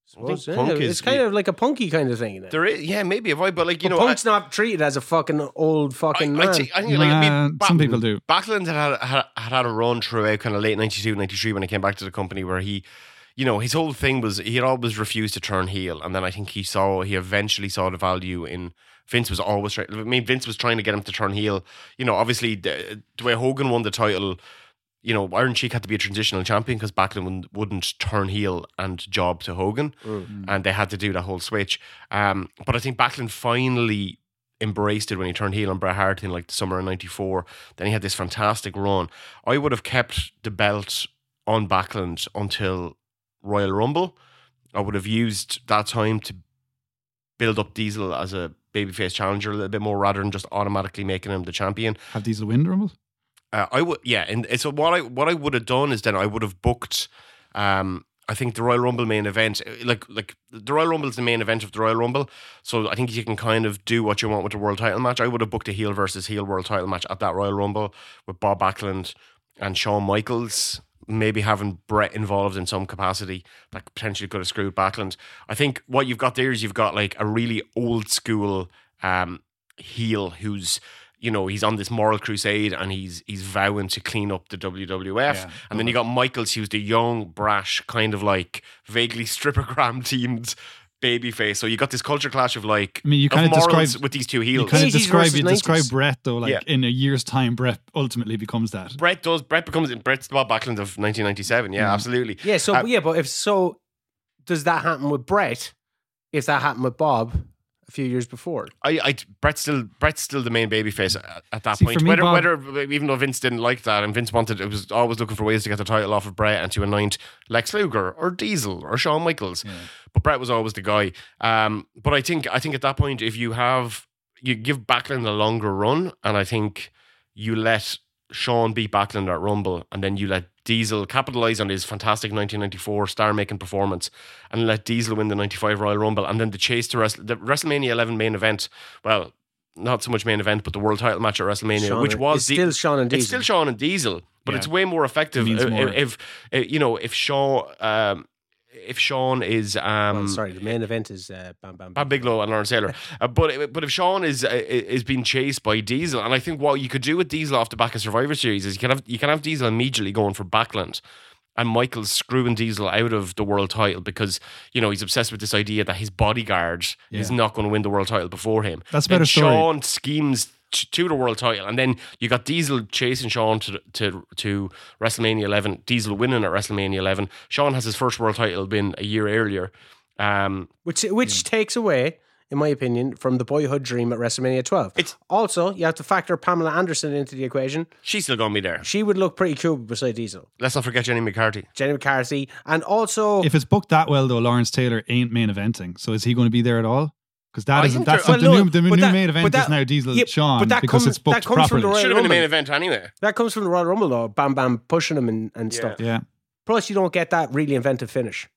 Speaker 1: Suppose,
Speaker 2: think
Speaker 1: yeah,
Speaker 2: Punk is-
Speaker 1: it's kind of like a punky kind of thing. Then.
Speaker 2: There is, yeah, maybe if I, but like, you
Speaker 1: But
Speaker 2: know, I,
Speaker 1: Punk's not treated as a fucking old
Speaker 2: I,
Speaker 1: fucking
Speaker 2: I,
Speaker 1: man.
Speaker 2: think- I think, like, I mean,
Speaker 3: Nah, some
Speaker 2: Ba-
Speaker 3: people do.
Speaker 2: Backlund had had, had had had a run throughout kind of late 92, 93 when he came back to the company where he, you know, his whole thing was he had always refused to turn heel. And then I think he saw, he eventually saw the value in Vince was always trying, I mean, Vince was trying to get him to turn heel. You know, obviously, the, the way Hogan won the title, you know, Iron Cheek had to be a transitional champion because Backlund wouldn't- wouldn't turn heel and job to Hogan.
Speaker 1: Mm.
Speaker 2: and they had to do that whole switch. Um, but I think Backlund finally embraced it when he turned heel on Bret Hart in like the summer of '94. Then he had this fantastic run. I would have kept the belt on Backlund until Royal Rumble. I would have used that time to build up Diesel as a babyface challenger a little bit more rather than just automatically making him the champion.
Speaker 3: Have Diesel win the Rumble?
Speaker 2: Uh, I would, yeah, and and so what I what I would have done is then I would have booked. Um, I think the Royal Rumble main event, uh, like like the Royal Rumble is the main event of the Royal Rumble, so I think you can kind of do what you want with the world title match. I would have booked a heel versus heel world title match at that Royal Rumble with Bob Backlund and Shawn Michaels, maybe having Brett involved in some capacity that potentially could have screwed Backlund. I think what you've got there is you've got like a really old school um, heel who's you know he's on this moral crusade and he's he's vowing to clean up the WWF.
Speaker 3: Yeah.
Speaker 2: And then you got Michaels, who's the young, brash, kind of like vaguely strippergram teamed babyface. So you got this culture clash of like
Speaker 3: I mean, you
Speaker 2: of
Speaker 3: kinda
Speaker 2: morals
Speaker 3: described-
Speaker 2: with these two
Speaker 3: You
Speaker 2: heels.
Speaker 3: kind of
Speaker 1: 80s
Speaker 3: describe
Speaker 1: versus
Speaker 3: you describe
Speaker 1: 90s.
Speaker 3: Brett though, like
Speaker 2: Yeah.
Speaker 3: in a year's time, Brett ultimately becomes that.
Speaker 2: Brett does. Brett becomes Brett's the Bob Backlund of 1997. Yeah,
Speaker 3: Mhm.
Speaker 2: absolutely.
Speaker 1: Yeah, so
Speaker 2: Uh,
Speaker 1: yeah, but if so, does that happen with Brett? If that happened with Bob a few years before,
Speaker 2: I, I Brett's still Brett's still the main babyface at, at that
Speaker 3: See,
Speaker 2: point.
Speaker 3: for me,
Speaker 2: whether
Speaker 3: Bob-
Speaker 2: whether even though Vince didn't like that and Vince wanted it was always looking for ways to get the title off of Brett and to anoint Lex Luger or Diesel or Shawn Michaels. But Brett was always the guy. Um, but I think I think at that point if you have you give Backlund a longer run and I think you let Sean beat Backlund at Rumble, and then you let Diesel capitalize on his fantastic 1994 star-making performance, and let Diesel win the 95 Royal Rumble, and then the chase to Wrestle- the WrestleMania 11 main event. Well, not so much main event, but the world title match at WrestleMania,
Speaker 1: Shawn-
Speaker 2: which was
Speaker 1: it's
Speaker 2: the-
Speaker 1: still Sean and Diesel.
Speaker 2: it's still Sean and Diesel, but
Speaker 3: Yeah.
Speaker 2: it's way more effective
Speaker 3: means
Speaker 2: if,
Speaker 3: more.
Speaker 2: if, if, you know if Sean um, if Sean is um,
Speaker 1: Well, sorry, the main event is uh, Bam Bam.
Speaker 2: Bob Bigelow and Lawrence Taylor. Uh, but but if Sean is uh, is being chased by Diesel, and I think what you could do with Diesel off the back of Survivor Series is you can have you can have Diesel immediately going for Backlund. And Michael's screwing Diesel out of the world title because you know he's obsessed with this idea that his bodyguard is
Speaker 3: Yeah.
Speaker 2: not going to win the world title before him.
Speaker 3: That's a
Speaker 2: Then
Speaker 3: better story.
Speaker 2: Sean schemes t- to the world title, and then you got Diesel chasing Sean to to to WrestleMania 11. Diesel winning at WrestleMania 11. Sean has his first world title been a year earlier. Um,
Speaker 1: which which takes away, in my opinion, from the boyhood dream at WrestleMania 12.
Speaker 2: It's-
Speaker 1: also you have to factor Pamela Anderson into the equation.
Speaker 2: she's still gonna be there.
Speaker 1: She would look pretty cool beside Diesel,
Speaker 2: Let's not forget Jenny McCarthy.
Speaker 1: Jenny McCarthy, and also
Speaker 3: If it's booked that well though, Lawrence Taylor ain't main eventing, so is he going to be there at all? Because
Speaker 2: I
Speaker 3: that isn't
Speaker 2: think
Speaker 3: that's
Speaker 2: there-
Speaker 3: the
Speaker 1: well, no,
Speaker 3: new, the
Speaker 1: but
Speaker 3: new
Speaker 1: that-
Speaker 3: main
Speaker 1: but
Speaker 3: event
Speaker 1: that-
Speaker 3: is now Diesel
Speaker 1: yeah,
Speaker 3: Sean
Speaker 1: but that
Speaker 3: because
Speaker 1: comes-
Speaker 3: it's booked
Speaker 1: that comes from
Speaker 3: properly.
Speaker 1: the Royal
Speaker 2: Should have been the main
Speaker 1: Rumble.
Speaker 2: event anyway.
Speaker 1: that comes from the Royal Rumble though. Bam Bam pushing him and, and
Speaker 2: Yeah.
Speaker 1: stuff.
Speaker 3: yeah,
Speaker 1: Plus, you don't get that really inventive finish.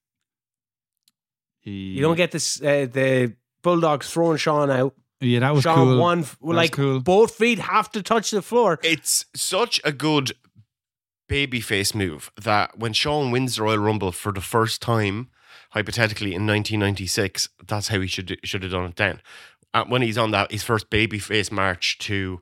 Speaker 1: You don't get this uh, the Bulldogs throwing Sean out.
Speaker 3: yeah, that was
Speaker 1: Sean
Speaker 3: cool.
Speaker 1: one
Speaker 3: was
Speaker 1: like
Speaker 3: cool.
Speaker 1: both feet have to touch the floor.
Speaker 2: It's such a good babyface move that when Sean wins the Royal Rumble for the first time, hypothetically in 1996, that's how he should should have done it then. Uh, when he's on that his first babyface march to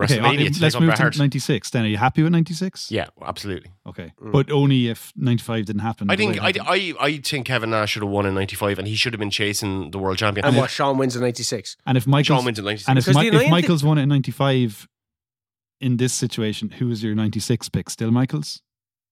Speaker 3: Okay,
Speaker 2: WrestleMania,
Speaker 3: uh,
Speaker 2: to take
Speaker 3: let's
Speaker 2: on
Speaker 3: move
Speaker 2: Bret Hart.
Speaker 3: to ninety six. Then are you happy with ninety six?
Speaker 2: yeah, absolutely.
Speaker 3: Okay,
Speaker 1: Mm.
Speaker 3: but only if ninety five didn't happen.
Speaker 2: I
Speaker 3: the way
Speaker 2: think
Speaker 3: it
Speaker 2: I,
Speaker 3: happened.
Speaker 2: I I think Kevin Nash should have won in '95, and he should have been chasing the world champion.
Speaker 1: and what Sean wins in '96.
Speaker 3: and if Michael
Speaker 2: Sean wins in '96.
Speaker 3: And if,
Speaker 1: Because
Speaker 3: Mi-
Speaker 1: the
Speaker 3: if
Speaker 1: United-
Speaker 3: Michaels won it in 95, in this situation, who is your 96 pick? Still Michaels?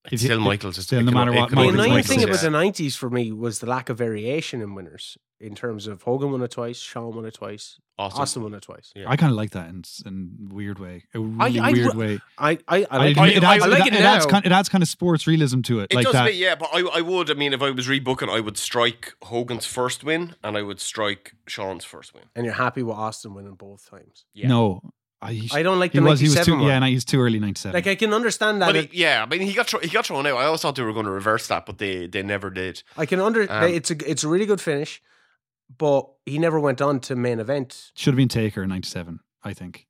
Speaker 2: It's
Speaker 3: if-
Speaker 2: still
Speaker 3: if-
Speaker 2: Michaels. It's
Speaker 3: still,
Speaker 2: it
Speaker 3: no
Speaker 2: could-
Speaker 3: matter
Speaker 2: it
Speaker 3: what,
Speaker 2: could
Speaker 1: The
Speaker 2: have
Speaker 3: Michaels,
Speaker 2: been
Speaker 1: annoying
Speaker 3: Michaels,
Speaker 1: thing
Speaker 2: Michaels,
Speaker 3: yeah.
Speaker 1: about
Speaker 2: yeah.
Speaker 1: the '90s for me was the lack of variation in winners. In terms of Hogan won it twice, Sean won it twice,
Speaker 2: Awesome.
Speaker 1: Austin won it twice.
Speaker 2: Yeah.
Speaker 3: I kind of like that in, in a weird way. A really
Speaker 1: I
Speaker 3: weird
Speaker 1: re-
Speaker 3: way.
Speaker 1: I I, I
Speaker 3: I-
Speaker 1: like
Speaker 2: I-
Speaker 1: it.
Speaker 2: I
Speaker 1: I
Speaker 3: adds,
Speaker 1: like it
Speaker 3: it, adds
Speaker 1: now.
Speaker 3: kind, it adds kind of sports realism to it.
Speaker 2: It
Speaker 3: like
Speaker 2: does
Speaker 3: that.
Speaker 2: me, yeah, but I, I would. I mean, if I was rebooking, I would strike Hogan's first win and I would strike Sean's first win.
Speaker 1: And you're happy with Austin winning both times.
Speaker 2: Yeah.
Speaker 3: No. I, he,
Speaker 1: I don't like
Speaker 3: he
Speaker 1: the
Speaker 3: was, he was
Speaker 1: '97
Speaker 3: too,
Speaker 1: one.
Speaker 3: yeah, no, he's too early 97.
Speaker 1: like I can understand that.
Speaker 2: But
Speaker 1: it-
Speaker 2: he, yeah, I mean, he got thro- he got thrown out. I always thought they were going to reverse that, but they they never did.
Speaker 1: I can under.
Speaker 2: Um,
Speaker 1: it's a it's a really good finish, but he never went on to main event.
Speaker 3: Should have been Taker in 97, I think.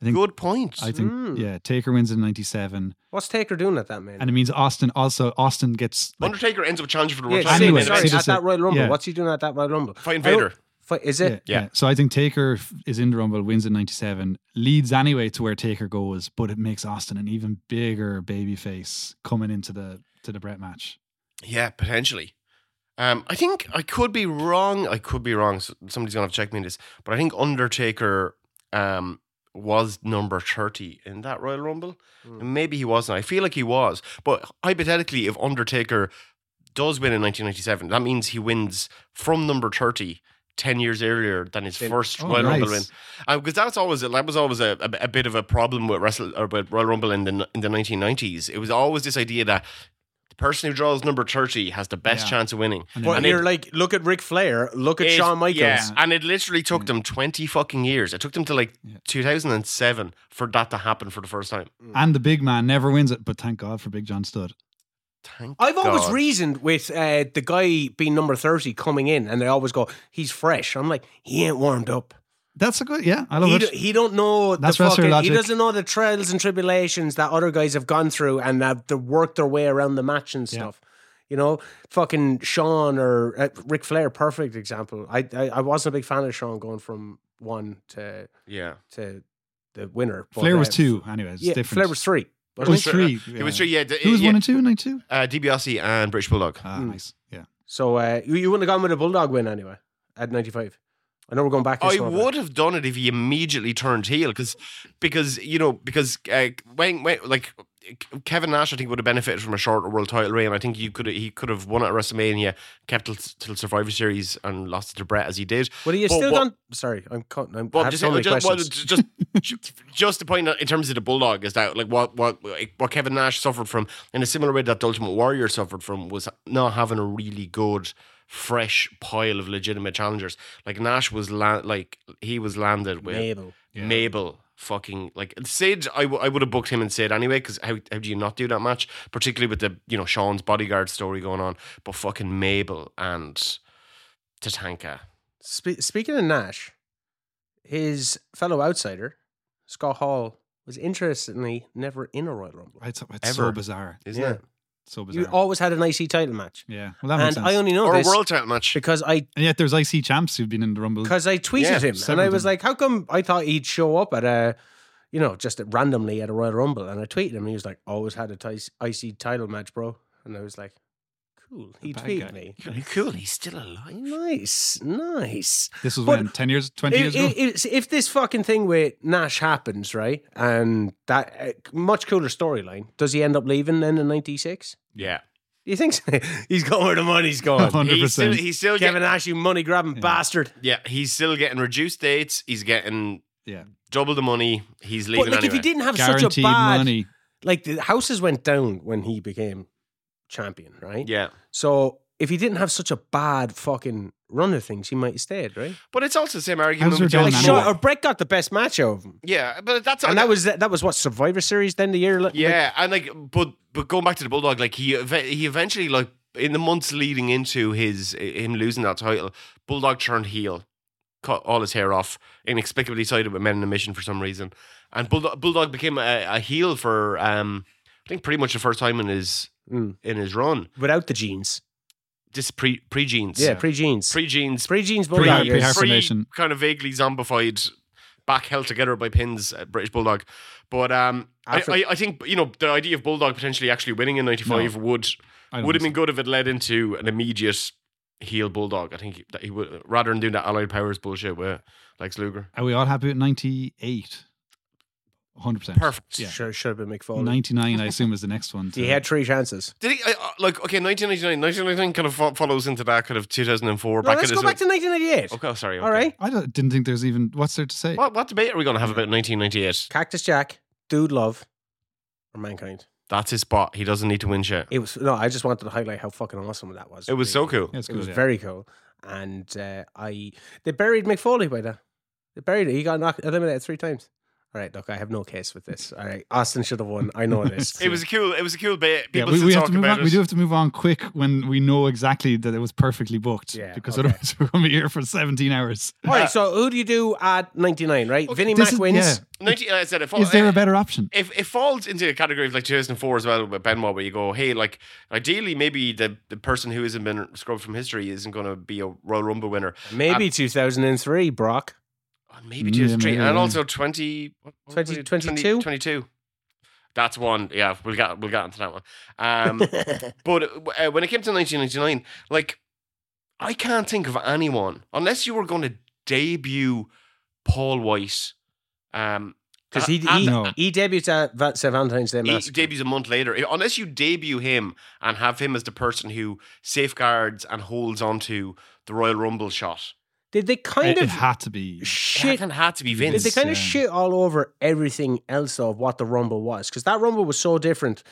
Speaker 3: I think,
Speaker 2: Good point.
Speaker 3: I think,
Speaker 1: Mm.
Speaker 3: yeah, Taker wins in 97.
Speaker 1: What's Taker doing at that main?
Speaker 3: And it means Austin also, Austin gets, like,
Speaker 2: Undertaker ends up challenging for the
Speaker 1: Yeah,
Speaker 2: world
Speaker 1: see,
Speaker 2: title.
Speaker 3: Anyway, anyway,
Speaker 1: sorry,
Speaker 3: see,
Speaker 1: at
Speaker 3: this-
Speaker 1: that Royal Rumble.
Speaker 3: yeah.
Speaker 1: What's he doing at that Royal Rumble?
Speaker 2: Fighting
Speaker 1: I don't-
Speaker 2: Vader.
Speaker 1: Fi- Is it?
Speaker 2: Yeah.
Speaker 3: So I think Taker f- is in the Rumble, wins in 97, leads anyway to where Taker goes, but it makes Austin an even bigger baby face coming into the to the Brett match.
Speaker 2: Yeah, potentially. Um, I think I could be wrong. I could be wrong. So somebody's gonna have to check me on this, but I think Undertaker um, was number thirty in that Royal Rumble.
Speaker 3: Hmm.
Speaker 1: Mm.
Speaker 2: And Maybe he wasn't. I feel like he was, but hypothetically, if Undertaker does win in 1997, that means he wins from number thirty. 10 years earlier than his
Speaker 1: Then-
Speaker 2: first
Speaker 3: Oh,
Speaker 2: Royal Rumble win.
Speaker 3: nice.
Speaker 2: Because that's always that was always a, a, a bit of a problem with Wrestle or with Royal Rumble in the in the 1990s. It was always this idea that the person who draws number 30 has the best
Speaker 3: Yeah.
Speaker 2: chance of winning.
Speaker 3: And
Speaker 1: Well,
Speaker 3: then-
Speaker 2: And
Speaker 1: you're like, look at Ric Flair, look at
Speaker 2: It-
Speaker 1: Shawn Michaels.
Speaker 2: yeah, and it literally took
Speaker 3: Yeah.
Speaker 2: them 20 fucking years. It took them to like
Speaker 3: Yeah.
Speaker 2: 2007 for that to happen for the first time.
Speaker 3: and the big man never wins it, but thank God for Big John Studd.
Speaker 2: Thank
Speaker 1: I've always
Speaker 2: God.
Speaker 1: reasoned with uh, the guy being number 30 coming in, and they always go, he's fresh. I'm like, he ain't warmed up.
Speaker 3: That's a good, yeah, I love
Speaker 1: He,
Speaker 3: it.
Speaker 1: do, he don't know
Speaker 3: That's
Speaker 1: the
Speaker 3: wrestler
Speaker 1: fucking,
Speaker 3: logic.
Speaker 1: he doesn't know the trials and tribulations that other guys have gone through and have to work their way around the match and
Speaker 3: Yeah.
Speaker 1: stuff. You know, fucking Sean or uh, Ric Flair, perfect example. I, I I wasn't a big fan of Sean going from one to
Speaker 2: Yeah.
Speaker 1: to the winner. but,
Speaker 3: Flair was
Speaker 1: uh,
Speaker 3: two. Anyway, it's
Speaker 1: Yeah,
Speaker 3: different.
Speaker 1: Flair was three.
Speaker 3: It
Speaker 1: wasn't
Speaker 3: was
Speaker 1: he?
Speaker 3: three.
Speaker 2: It was three, yeah. d-
Speaker 3: Who was
Speaker 2: yeah.
Speaker 3: one and two? Night two.
Speaker 2: Uh, DiBiase and British Bulldog.
Speaker 3: Ah,
Speaker 1: Mm.
Speaker 3: nice. Yeah.
Speaker 1: So uh, you, you wouldn't have gone with a bulldog win anyway at ninety five. I know we're going back. to
Speaker 2: I
Speaker 1: some of that.
Speaker 2: would have done it if he immediately turned heel because, because you know, because uh, when, when like Kevin Nash, I think would have benefited from a shorter world title reign. I think you could he could have won at WrestleMania, kept till, till Survivor Series, and lost it to Brett as he did.
Speaker 1: Would he have
Speaker 2: But
Speaker 1: still
Speaker 2: what-
Speaker 1: gone? Sorry, I'm cutting. I'm, I
Speaker 2: But
Speaker 1: have
Speaker 2: just, uh,
Speaker 1: so many
Speaker 2: just, well,
Speaker 1: questions.
Speaker 2: just just just the point in terms of the bulldog is that like what what what Kevin Nash suffered from in a similar way that the Ultimate Warrior suffered from was not having a really good fresh pile of legitimate challengers. Like Nash was la- like he was landed with
Speaker 1: Mabel.
Speaker 3: Yeah.
Speaker 2: Mabel fucking like Sid. I, w- I would have booked him and Sid anyway because how, how do you not do that match, particularly with the you know Sean's bodyguard story going on, but fucking Mabel and Tatanka.
Speaker 1: Spe- speaking of Nash, his fellow outsider Scott Hall was interestingly never in a Royal Rumble.
Speaker 3: It's, it's
Speaker 2: Ever.
Speaker 3: so bizarre.
Speaker 2: Isn't
Speaker 1: Yeah.
Speaker 2: it?
Speaker 3: So
Speaker 1: You
Speaker 3: bizarre.
Speaker 1: always had an IC title match,
Speaker 3: yeah. Well, that makes
Speaker 1: and
Speaker 3: sense.
Speaker 1: I only know
Speaker 2: or
Speaker 1: this
Speaker 2: a world title match.
Speaker 1: because I
Speaker 3: and yet there's IC champs who've been in the Rumble.
Speaker 1: because I tweeted
Speaker 2: Yeah,
Speaker 1: him, and
Speaker 3: several
Speaker 1: I was
Speaker 3: times.
Speaker 1: like, "How come I thought he'd show up at a, you know, just at randomly at a Royal Rumble?" And I tweeted him, and he was like, "Always had a tis- IC title match, bro," and I was like, "Cool." He
Speaker 3: bad
Speaker 1: tweeted
Speaker 3: guy.
Speaker 1: me.
Speaker 2: Cool, he's still alive.
Speaker 1: Nice, nice.
Speaker 3: This was
Speaker 1: But-
Speaker 3: when ten years, twenty
Speaker 1: If,
Speaker 3: years ago.
Speaker 1: if- if this fucking thing with Nash happens, right, and that uh, much cooler storyline, does he end up leaving then in '96?
Speaker 2: Yeah,
Speaker 1: Do you think so? he's gone where the money's going?
Speaker 3: Hundred
Speaker 2: he's still
Speaker 3: percent.
Speaker 2: he's still
Speaker 1: Kevin
Speaker 2: getting,
Speaker 1: Nash, you money grabbing
Speaker 3: Yeah.
Speaker 1: bastard.
Speaker 2: yeah he's still getting reduced dates. He's getting
Speaker 3: Yeah.
Speaker 2: double the money. He's
Speaker 1: But
Speaker 2: leaving
Speaker 1: like, if
Speaker 2: anyway.
Speaker 1: he didn't have such a
Speaker 3: Guaranteed
Speaker 1: bad
Speaker 3: money.
Speaker 1: like the houses went down when he became champion, right?
Speaker 2: yeah,
Speaker 1: So if he didn't have such a bad fucking run of things, he might have stayed, right?
Speaker 2: but it's also the same argument.
Speaker 3: there
Speaker 2: with John
Speaker 1: Like
Speaker 3: Well,
Speaker 1: Shawn,
Speaker 2: Momoa.
Speaker 1: or Brett got the best match out of him,
Speaker 2: Yeah, but that's
Speaker 1: and that was that was what Survivor Series then the year. like-
Speaker 2: Yeah, and like, but but going back to the bulldog, like he ev- he eventually like in the months leading into his him losing that title, bulldog turned heel, cut all his hair off, inexplicably sided with Men in a Mission for some reason, and bulldog bulldog became a, a heel for um I think pretty much the first time in his
Speaker 1: Mm.
Speaker 2: in his run,
Speaker 1: without the jeans.
Speaker 2: just pre pre jeans,
Speaker 1: Yeah, pre jeans,
Speaker 2: pre jeans,
Speaker 1: pre jeans,
Speaker 3: Pre-
Speaker 1: bulldog.
Speaker 3: pre-
Speaker 1: years.
Speaker 3: pre- Transformation.
Speaker 2: kind of vaguely zombified, back held together by pins at British Bulldog. But um, I,
Speaker 1: After-
Speaker 2: I, I think you know the idea of Bulldog potentially actually winning in '95 would
Speaker 3: I don't
Speaker 2: would have been
Speaker 3: think
Speaker 2: good if it led into an immediate heel Bulldog. I think that he would rather than doing that Allied Powers bullshit with Lex Luger.
Speaker 3: so. Are we all happy with ninety eight? Hundred percent.
Speaker 2: Perfect.
Speaker 3: Yeah.
Speaker 1: Sure, should have been McFoley.
Speaker 3: Ninety nine, I assume, was the next one. to-
Speaker 1: He had three chances.
Speaker 2: Did he I- I- like okay? 1999, 1999 kind of fo- follows into that kind of 2004.
Speaker 1: No,
Speaker 2: in
Speaker 1: let's
Speaker 2: this
Speaker 1: go
Speaker 2: one.
Speaker 1: back to 1998.
Speaker 2: Okay, sorry.
Speaker 1: All
Speaker 2: okay.
Speaker 1: right,
Speaker 3: I don't, didn't think there's even what's there to say.
Speaker 2: What what debate are we going to have about 1998?
Speaker 1: Cactus Jack, Dude Love, or Mankind.
Speaker 2: That's his spot. He doesn't need to win shit.
Speaker 1: It was no. I just wanted to highlight how fucking awesome that was.
Speaker 2: It was so cool.
Speaker 3: Yeah, it's
Speaker 1: it was
Speaker 3: good, yeah.
Speaker 1: very cool. And uh, I they buried McFoley by that. They buried it. He got knocked eliminated three times. All right, look, I have no case with this. All right, Austin should have won. I know this.
Speaker 2: It was a cool. It was a cool bit.
Speaker 3: Yeah,
Speaker 2: People
Speaker 3: we,
Speaker 2: still
Speaker 3: we have
Speaker 2: talk
Speaker 3: to move
Speaker 2: about
Speaker 3: on.
Speaker 2: it.
Speaker 3: We do have to move on quick when we know exactly that it was perfectly booked.
Speaker 1: Yeah,
Speaker 3: because
Speaker 1: okay.
Speaker 3: otherwise we're going to be here for seventeen hours.
Speaker 1: All right, so who do you do at 99, right? Vinnie
Speaker 3: This
Speaker 1: Mac
Speaker 3: is-
Speaker 1: wins.
Speaker 3: yeah.
Speaker 2: 19, I said it fall-
Speaker 3: Is there a better option?
Speaker 2: if it falls into a category of like 2004 as well with Benoit, where you go, hey, like ideally maybe the, the person who hasn't been scrubbed from history isn't going to be a Royal Rumble winner.
Speaker 1: Maybe 2003, Brock.
Speaker 2: Oh, maybe
Speaker 3: Mm,
Speaker 2: 2003,
Speaker 3: maybe,
Speaker 2: and
Speaker 3: yeah.
Speaker 2: also 20, what- what was it?
Speaker 1: 2022?
Speaker 2: 22. That's one. Yeah, we'll get we'll get into that one. Um, But uh, when it came to 1999, like I can't think of anyone unless you were going to debut Paul White. Um,
Speaker 1: Because he,
Speaker 2: and-
Speaker 1: he,
Speaker 3: No.
Speaker 1: he debuts at Va- St. Valentine's Day
Speaker 2: he
Speaker 1: Massacre.
Speaker 2: debuts a month later. I- Unless you debut him and have him as the person who safeguards and holds onto the Royal Rumble shot,
Speaker 1: Did they kind
Speaker 3: It, it
Speaker 1: of
Speaker 3: had to be.
Speaker 1: shit?
Speaker 2: it had to be
Speaker 1: Did
Speaker 2: Vince.
Speaker 1: they kind of
Speaker 3: Yeah.
Speaker 1: shit all over everything else of what the Rumble was? Because that Rumble was so different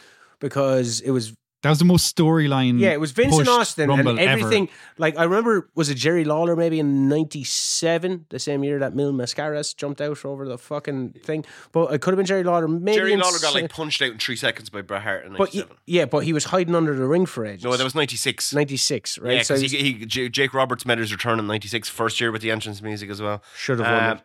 Speaker 1: because it was
Speaker 3: That was the most storyline.
Speaker 1: Yeah, it was Vince and
Speaker 3: Mm. pushed
Speaker 1: Austin and
Speaker 3: Rumble ever.
Speaker 1: everything. Like I remember, was it Jerry Lawler maybe in '97, the same year that Mil Mascaras jumped out over the fucking thing? But it could have been Jerry Lawler. Maybe
Speaker 2: Jerry
Speaker 1: in
Speaker 2: Lawler got
Speaker 1: se-
Speaker 2: like punched out in three seconds by Bret Hart in
Speaker 1: but y-
Speaker 2: 97.
Speaker 1: yeah, but he was hiding under the ring for ages.
Speaker 2: no, that was 96.
Speaker 1: '96, right?
Speaker 2: Yeah,
Speaker 1: so
Speaker 2: 'cause
Speaker 1: he
Speaker 2: he, he, J- Jake Roberts made his return in 96, first year with the entrance music as well.
Speaker 1: should have won
Speaker 2: Um,
Speaker 1: it.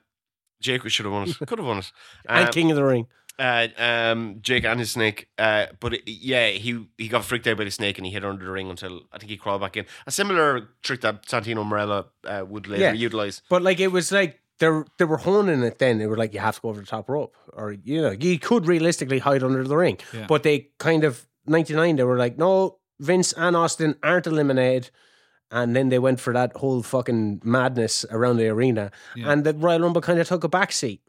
Speaker 2: Jake should have won it. Could have won it.
Speaker 1: And
Speaker 2: Um,
Speaker 1: King of the Ring.
Speaker 2: uh, um, Jake and his snake. Uh, but it, yeah, he he got freaked out by the snake and he hid under the ring until I think he crawled back in. A similar trick that Santino Morella uh, would later
Speaker 1: Yeah.
Speaker 2: utilize.
Speaker 1: But like it was like they were- they were honing it then. They were like, you have to go over the top rope, or you know, you could realistically hide under the ring.
Speaker 3: Yeah.
Speaker 1: But they kind of ninety nine. They were like, no, Vince and Austin aren't eliminated. And then they went for that whole fucking madness around the arena,
Speaker 3: Yeah.
Speaker 1: and the Royal Rumble kind of took a backseat.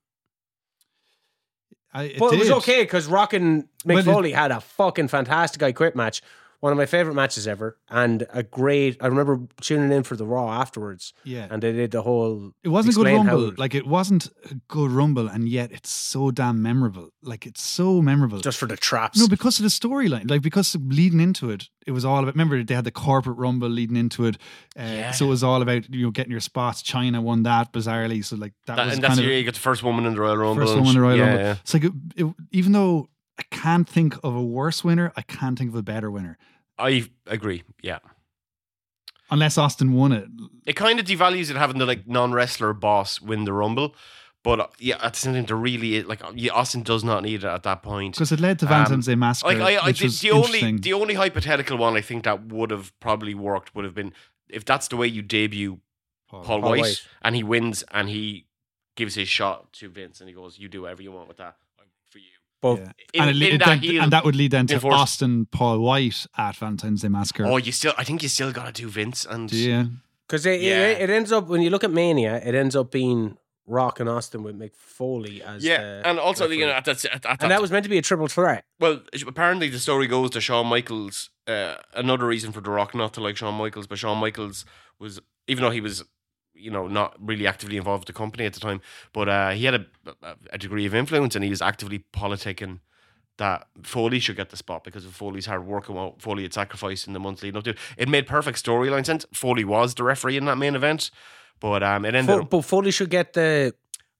Speaker 3: I, it
Speaker 1: But it was
Speaker 3: did.
Speaker 1: okay because Rock and Mick
Speaker 3: Well, it-
Speaker 1: Foley had a fucking fantastic I Quit match, one of my favorite matches ever, and a great. I remember tuning in for the Raw afterwards,
Speaker 3: Yeah,
Speaker 1: and they did the whole.
Speaker 3: it wasn't a good
Speaker 1: explain how-
Speaker 3: rumble. Like it wasn't a good rumble, and yet it's so damn memorable. Like it's so memorable.
Speaker 1: Just for the traps.
Speaker 3: No, because of the storyline. Like because leading into it, it was all about. Remember, they had the corporate rumble leading into it, uh, so it was all about you know getting your spots. China won that bizarrely, so like that,
Speaker 2: That-
Speaker 3: was
Speaker 2: and
Speaker 3: kind
Speaker 2: that's
Speaker 3: of
Speaker 2: the year you got the first woman in the Royal Rumble.
Speaker 3: first
Speaker 2: and
Speaker 3: one in the
Speaker 2: sh-
Speaker 3: Royal
Speaker 2: yeah,
Speaker 3: Rumble.
Speaker 2: yeah.
Speaker 3: It's like it, it- even though I can't think of a worse winner, I can't think of a better winner
Speaker 2: I agree. Yeah.
Speaker 3: unless Austin won it.
Speaker 2: It kind of devalues it having the like non wrestler boss win the Rumble. But uh, yeah, at the same time, to really like yeah, Austin does not need it at that point.
Speaker 3: Because it led to Valentine's Day
Speaker 2: Um, Like
Speaker 3: Massacre,
Speaker 2: I, I
Speaker 3: which
Speaker 2: the,
Speaker 3: was
Speaker 2: the only
Speaker 3: interesting.
Speaker 2: the only hypothetical one I think that would have probably worked would have been if that's the way you debut
Speaker 3: Oh, Paul.
Speaker 2: Paul,
Speaker 1: Paul
Speaker 2: White,
Speaker 1: White.
Speaker 2: and he wins and he gives his shot to Vince and he goes, "You do whatever you want with that. I'm for you."
Speaker 1: But
Speaker 3: Yeah.
Speaker 2: In-
Speaker 3: and, it,
Speaker 2: in
Speaker 3: it-
Speaker 2: that
Speaker 3: that,
Speaker 2: heel-
Speaker 3: and that would lead then to
Speaker 2: enforced-
Speaker 3: Austin Paul White at Valentine's Day Massacre.
Speaker 2: Oh, you still? I think you still gotta do Vince and
Speaker 3: yeah,
Speaker 1: Because it,
Speaker 2: Yeah.
Speaker 1: it, it ends up when you look at Mania, it ends up being Rock and Austin with Mick Foley as
Speaker 2: yeah,
Speaker 1: the
Speaker 2: and also you
Speaker 1: referee.
Speaker 2: know at that at, at
Speaker 1: and
Speaker 2: that
Speaker 1: that was meant to be a triple threat.
Speaker 2: Well, apparently the story goes to Shawn Michaels. Uh, another reason for The Rock not to like Shawn Michaels, but Shawn Michaels was, even though he was, you know, not really actively involved with the company at the time, but uh, he had a, a- a degree of influence and he was actively politicking that Foley should get the spot because of Foley's hard work and what Foley had sacrificed in the months leading up to it. It made perfect storyline sense. Foley was the referee in that main event, but um, it ended
Speaker 1: Fo-
Speaker 2: up.
Speaker 1: but Foley should get the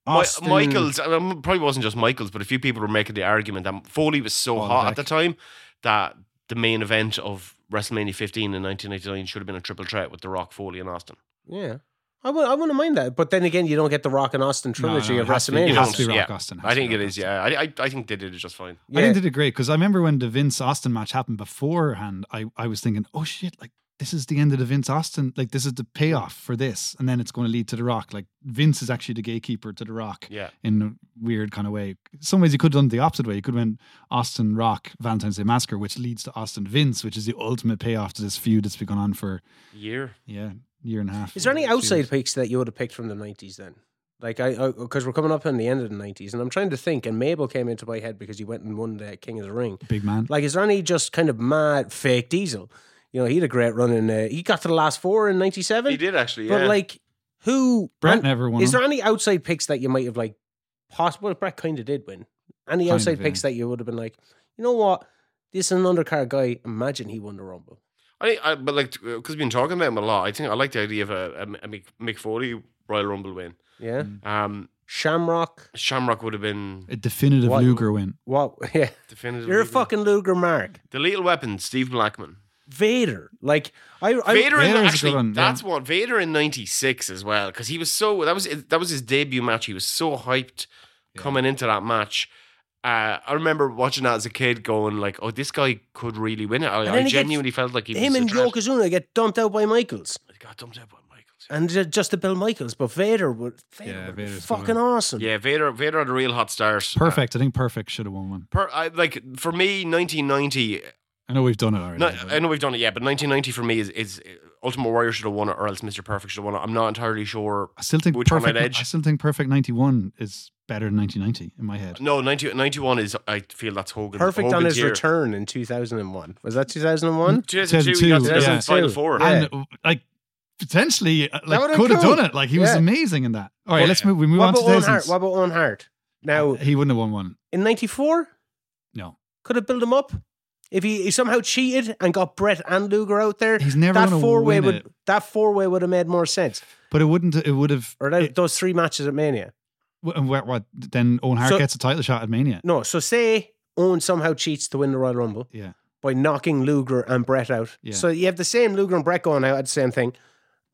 Speaker 2: Mi-
Speaker 1: Austin,
Speaker 2: Michaels I mean, probably wasn't just Michaels, but a few people were making the argument that Foley was so
Speaker 3: All
Speaker 2: hot
Speaker 3: back.
Speaker 2: at the time that the main event of WrestleMania 15 in 1999 should have been a triple threat with The Rock, Foley, and Austin.
Speaker 1: Yeah, I would. I wouldn't mind that. But then again, you don't get the Rock and Austin trilogy
Speaker 3: no,
Speaker 1: of
Speaker 3: it has to be-
Speaker 1: WrestleMania.
Speaker 3: it has
Speaker 2: You
Speaker 3: to be
Speaker 2: don't,
Speaker 3: Rock
Speaker 2: yeah.
Speaker 3: Austin. has
Speaker 2: I
Speaker 3: to be
Speaker 2: think it
Speaker 3: Rock
Speaker 2: is.
Speaker 3: Austin.
Speaker 2: Yeah, I, I I think they did it just fine.
Speaker 1: Yeah.
Speaker 3: I think they did great because I remember when the Vince Austin match happened beforehand, I, I was thinking, oh shit, like this is the end of the Vince Austin, like this is the payoff for this, and then it's going to lead to The Rock. Like Vince is actually the gatekeeper to The Rock
Speaker 2: Yeah,
Speaker 3: in a weird kind of way. Some ways you could have done it the opposite way. You could have went Austin Rock Valentine's Day Massacre, which leads to Austin Vince, which is the ultimate payoff to this feud that's been going on for
Speaker 2: year.
Speaker 3: yeah year and a half.
Speaker 1: Is there any
Speaker 3: Two
Speaker 1: outside
Speaker 3: years.
Speaker 1: picks that you would have picked from the nineties then? Like I, because we're coming up on the end of the nineties, and I'm trying to think. And Mabel came into my head because he went and won the King of the Ring.
Speaker 3: big man?
Speaker 1: Like, is there any just kind of mad fake Diesel? You know, he had a great run in. Uh, he got to the last four in '97.
Speaker 2: He did actually. Yeah.
Speaker 1: But like, who?
Speaker 3: Brett
Speaker 1: and-
Speaker 3: never won.
Speaker 1: is
Speaker 3: them.
Speaker 1: there any outside picks that you might have like possible? Well, Brett kind of did win. Any
Speaker 3: Kind of,
Speaker 1: outside picks
Speaker 3: yeah.
Speaker 1: that you would have been like, you know what? This is an undercard guy. Imagine he won the rumble.
Speaker 2: I, I but like because we've been talking about him a lot. I think I like the idea of a, a, a Mick, Mick Foley Royal Rumble win.
Speaker 1: Yeah,
Speaker 3: Mm.
Speaker 2: Um,
Speaker 1: Shamrock.
Speaker 2: Shamrock would have been
Speaker 3: a definitive
Speaker 1: What-
Speaker 3: Luger win.
Speaker 1: What? Yeah,
Speaker 2: definitive.
Speaker 1: you're a fucking Luger Mark.
Speaker 2: the Lethal Weapon, Steve Blackman.
Speaker 1: Vader. Like I, I
Speaker 2: Vader
Speaker 3: Vader's
Speaker 2: in
Speaker 3: a
Speaker 2: actually
Speaker 3: good one, yeah.
Speaker 2: that's what Vader in '96 as well because he was so that was that was his debut match. He was so hyped coming into that match. Uh, I remember watching that as a kid, going like, "Oh, this guy could really win it."
Speaker 1: then
Speaker 2: I, I
Speaker 1: he gets-
Speaker 2: genuinely felt like he was
Speaker 1: him
Speaker 2: a
Speaker 1: and
Speaker 2: threat.
Speaker 1: Yokozuna get dumped out by Michaels,
Speaker 2: Got dumped out by Michaels.
Speaker 1: and ju- just the Bill Michaels. But Vader would. Vader
Speaker 3: Yeah,
Speaker 1: would be
Speaker 3: Vader's the
Speaker 1: fucking
Speaker 3: one.
Speaker 1: awesome.
Speaker 2: Yeah, Vader. Vader had a real hot start. Uh,
Speaker 3: Perfect. I think perfect should have won one.
Speaker 2: per, I, like for me, 1990.
Speaker 3: I know we've done it already.
Speaker 2: No,
Speaker 3: but-
Speaker 2: I know we've done it, yeah, but 1990 for me is is uh, Ultimate Warrior should have won it, or else Mr. Perfect should have won it. I'm not entirely sure
Speaker 3: I still think
Speaker 2: Which one
Speaker 3: perfect.
Speaker 2: I'd edge?
Speaker 3: I still think perfect ninety one is better than nineteen ninety in my head.
Speaker 2: No, 90, 91 is. I feel that's Hogan.
Speaker 1: Perfect on
Speaker 2: Hogan's
Speaker 1: his
Speaker 2: year.
Speaker 1: return in 2001. Was that
Speaker 3: Mm,
Speaker 1: 2001?
Speaker 2: 2002,
Speaker 3: 2002,
Speaker 2: he got to
Speaker 1: yeah.
Speaker 2: the final
Speaker 1: 2002.
Speaker 2: four.
Speaker 1: Yeah.
Speaker 3: And uh, like potentially, uh,
Speaker 1: would've
Speaker 3: like
Speaker 1: been
Speaker 3: could have
Speaker 1: cool.
Speaker 3: done it. Like he was
Speaker 1: Yeah.
Speaker 3: amazing in that. All right,
Speaker 2: But-
Speaker 3: let's move. We move
Speaker 1: What
Speaker 3: on to Uh,
Speaker 1: about Owen Hart?
Speaker 3: thousands.
Speaker 1: What about Owen Hart? Now
Speaker 3: he wouldn't have won one.
Speaker 1: in '94,
Speaker 3: No,
Speaker 1: could have built him up. If he, he somehow cheated and got Brett and Luger out there,
Speaker 3: he's never
Speaker 1: that
Speaker 3: going to
Speaker 1: four way
Speaker 3: win
Speaker 1: would
Speaker 3: it.
Speaker 1: that four way would have made more sense.
Speaker 3: But it wouldn't. It would have.
Speaker 1: Or that, those three matches at Mania.
Speaker 3: And what, what? Then Owen Hart
Speaker 1: So-
Speaker 3: gets a title shot at Mania.
Speaker 1: No, so say Owen somehow cheats to win the Royal Rumble
Speaker 3: Yeah.
Speaker 1: by knocking Luger and Brett out.
Speaker 3: Yeah.
Speaker 1: So you have the same Luger and Brett going out at the same thing,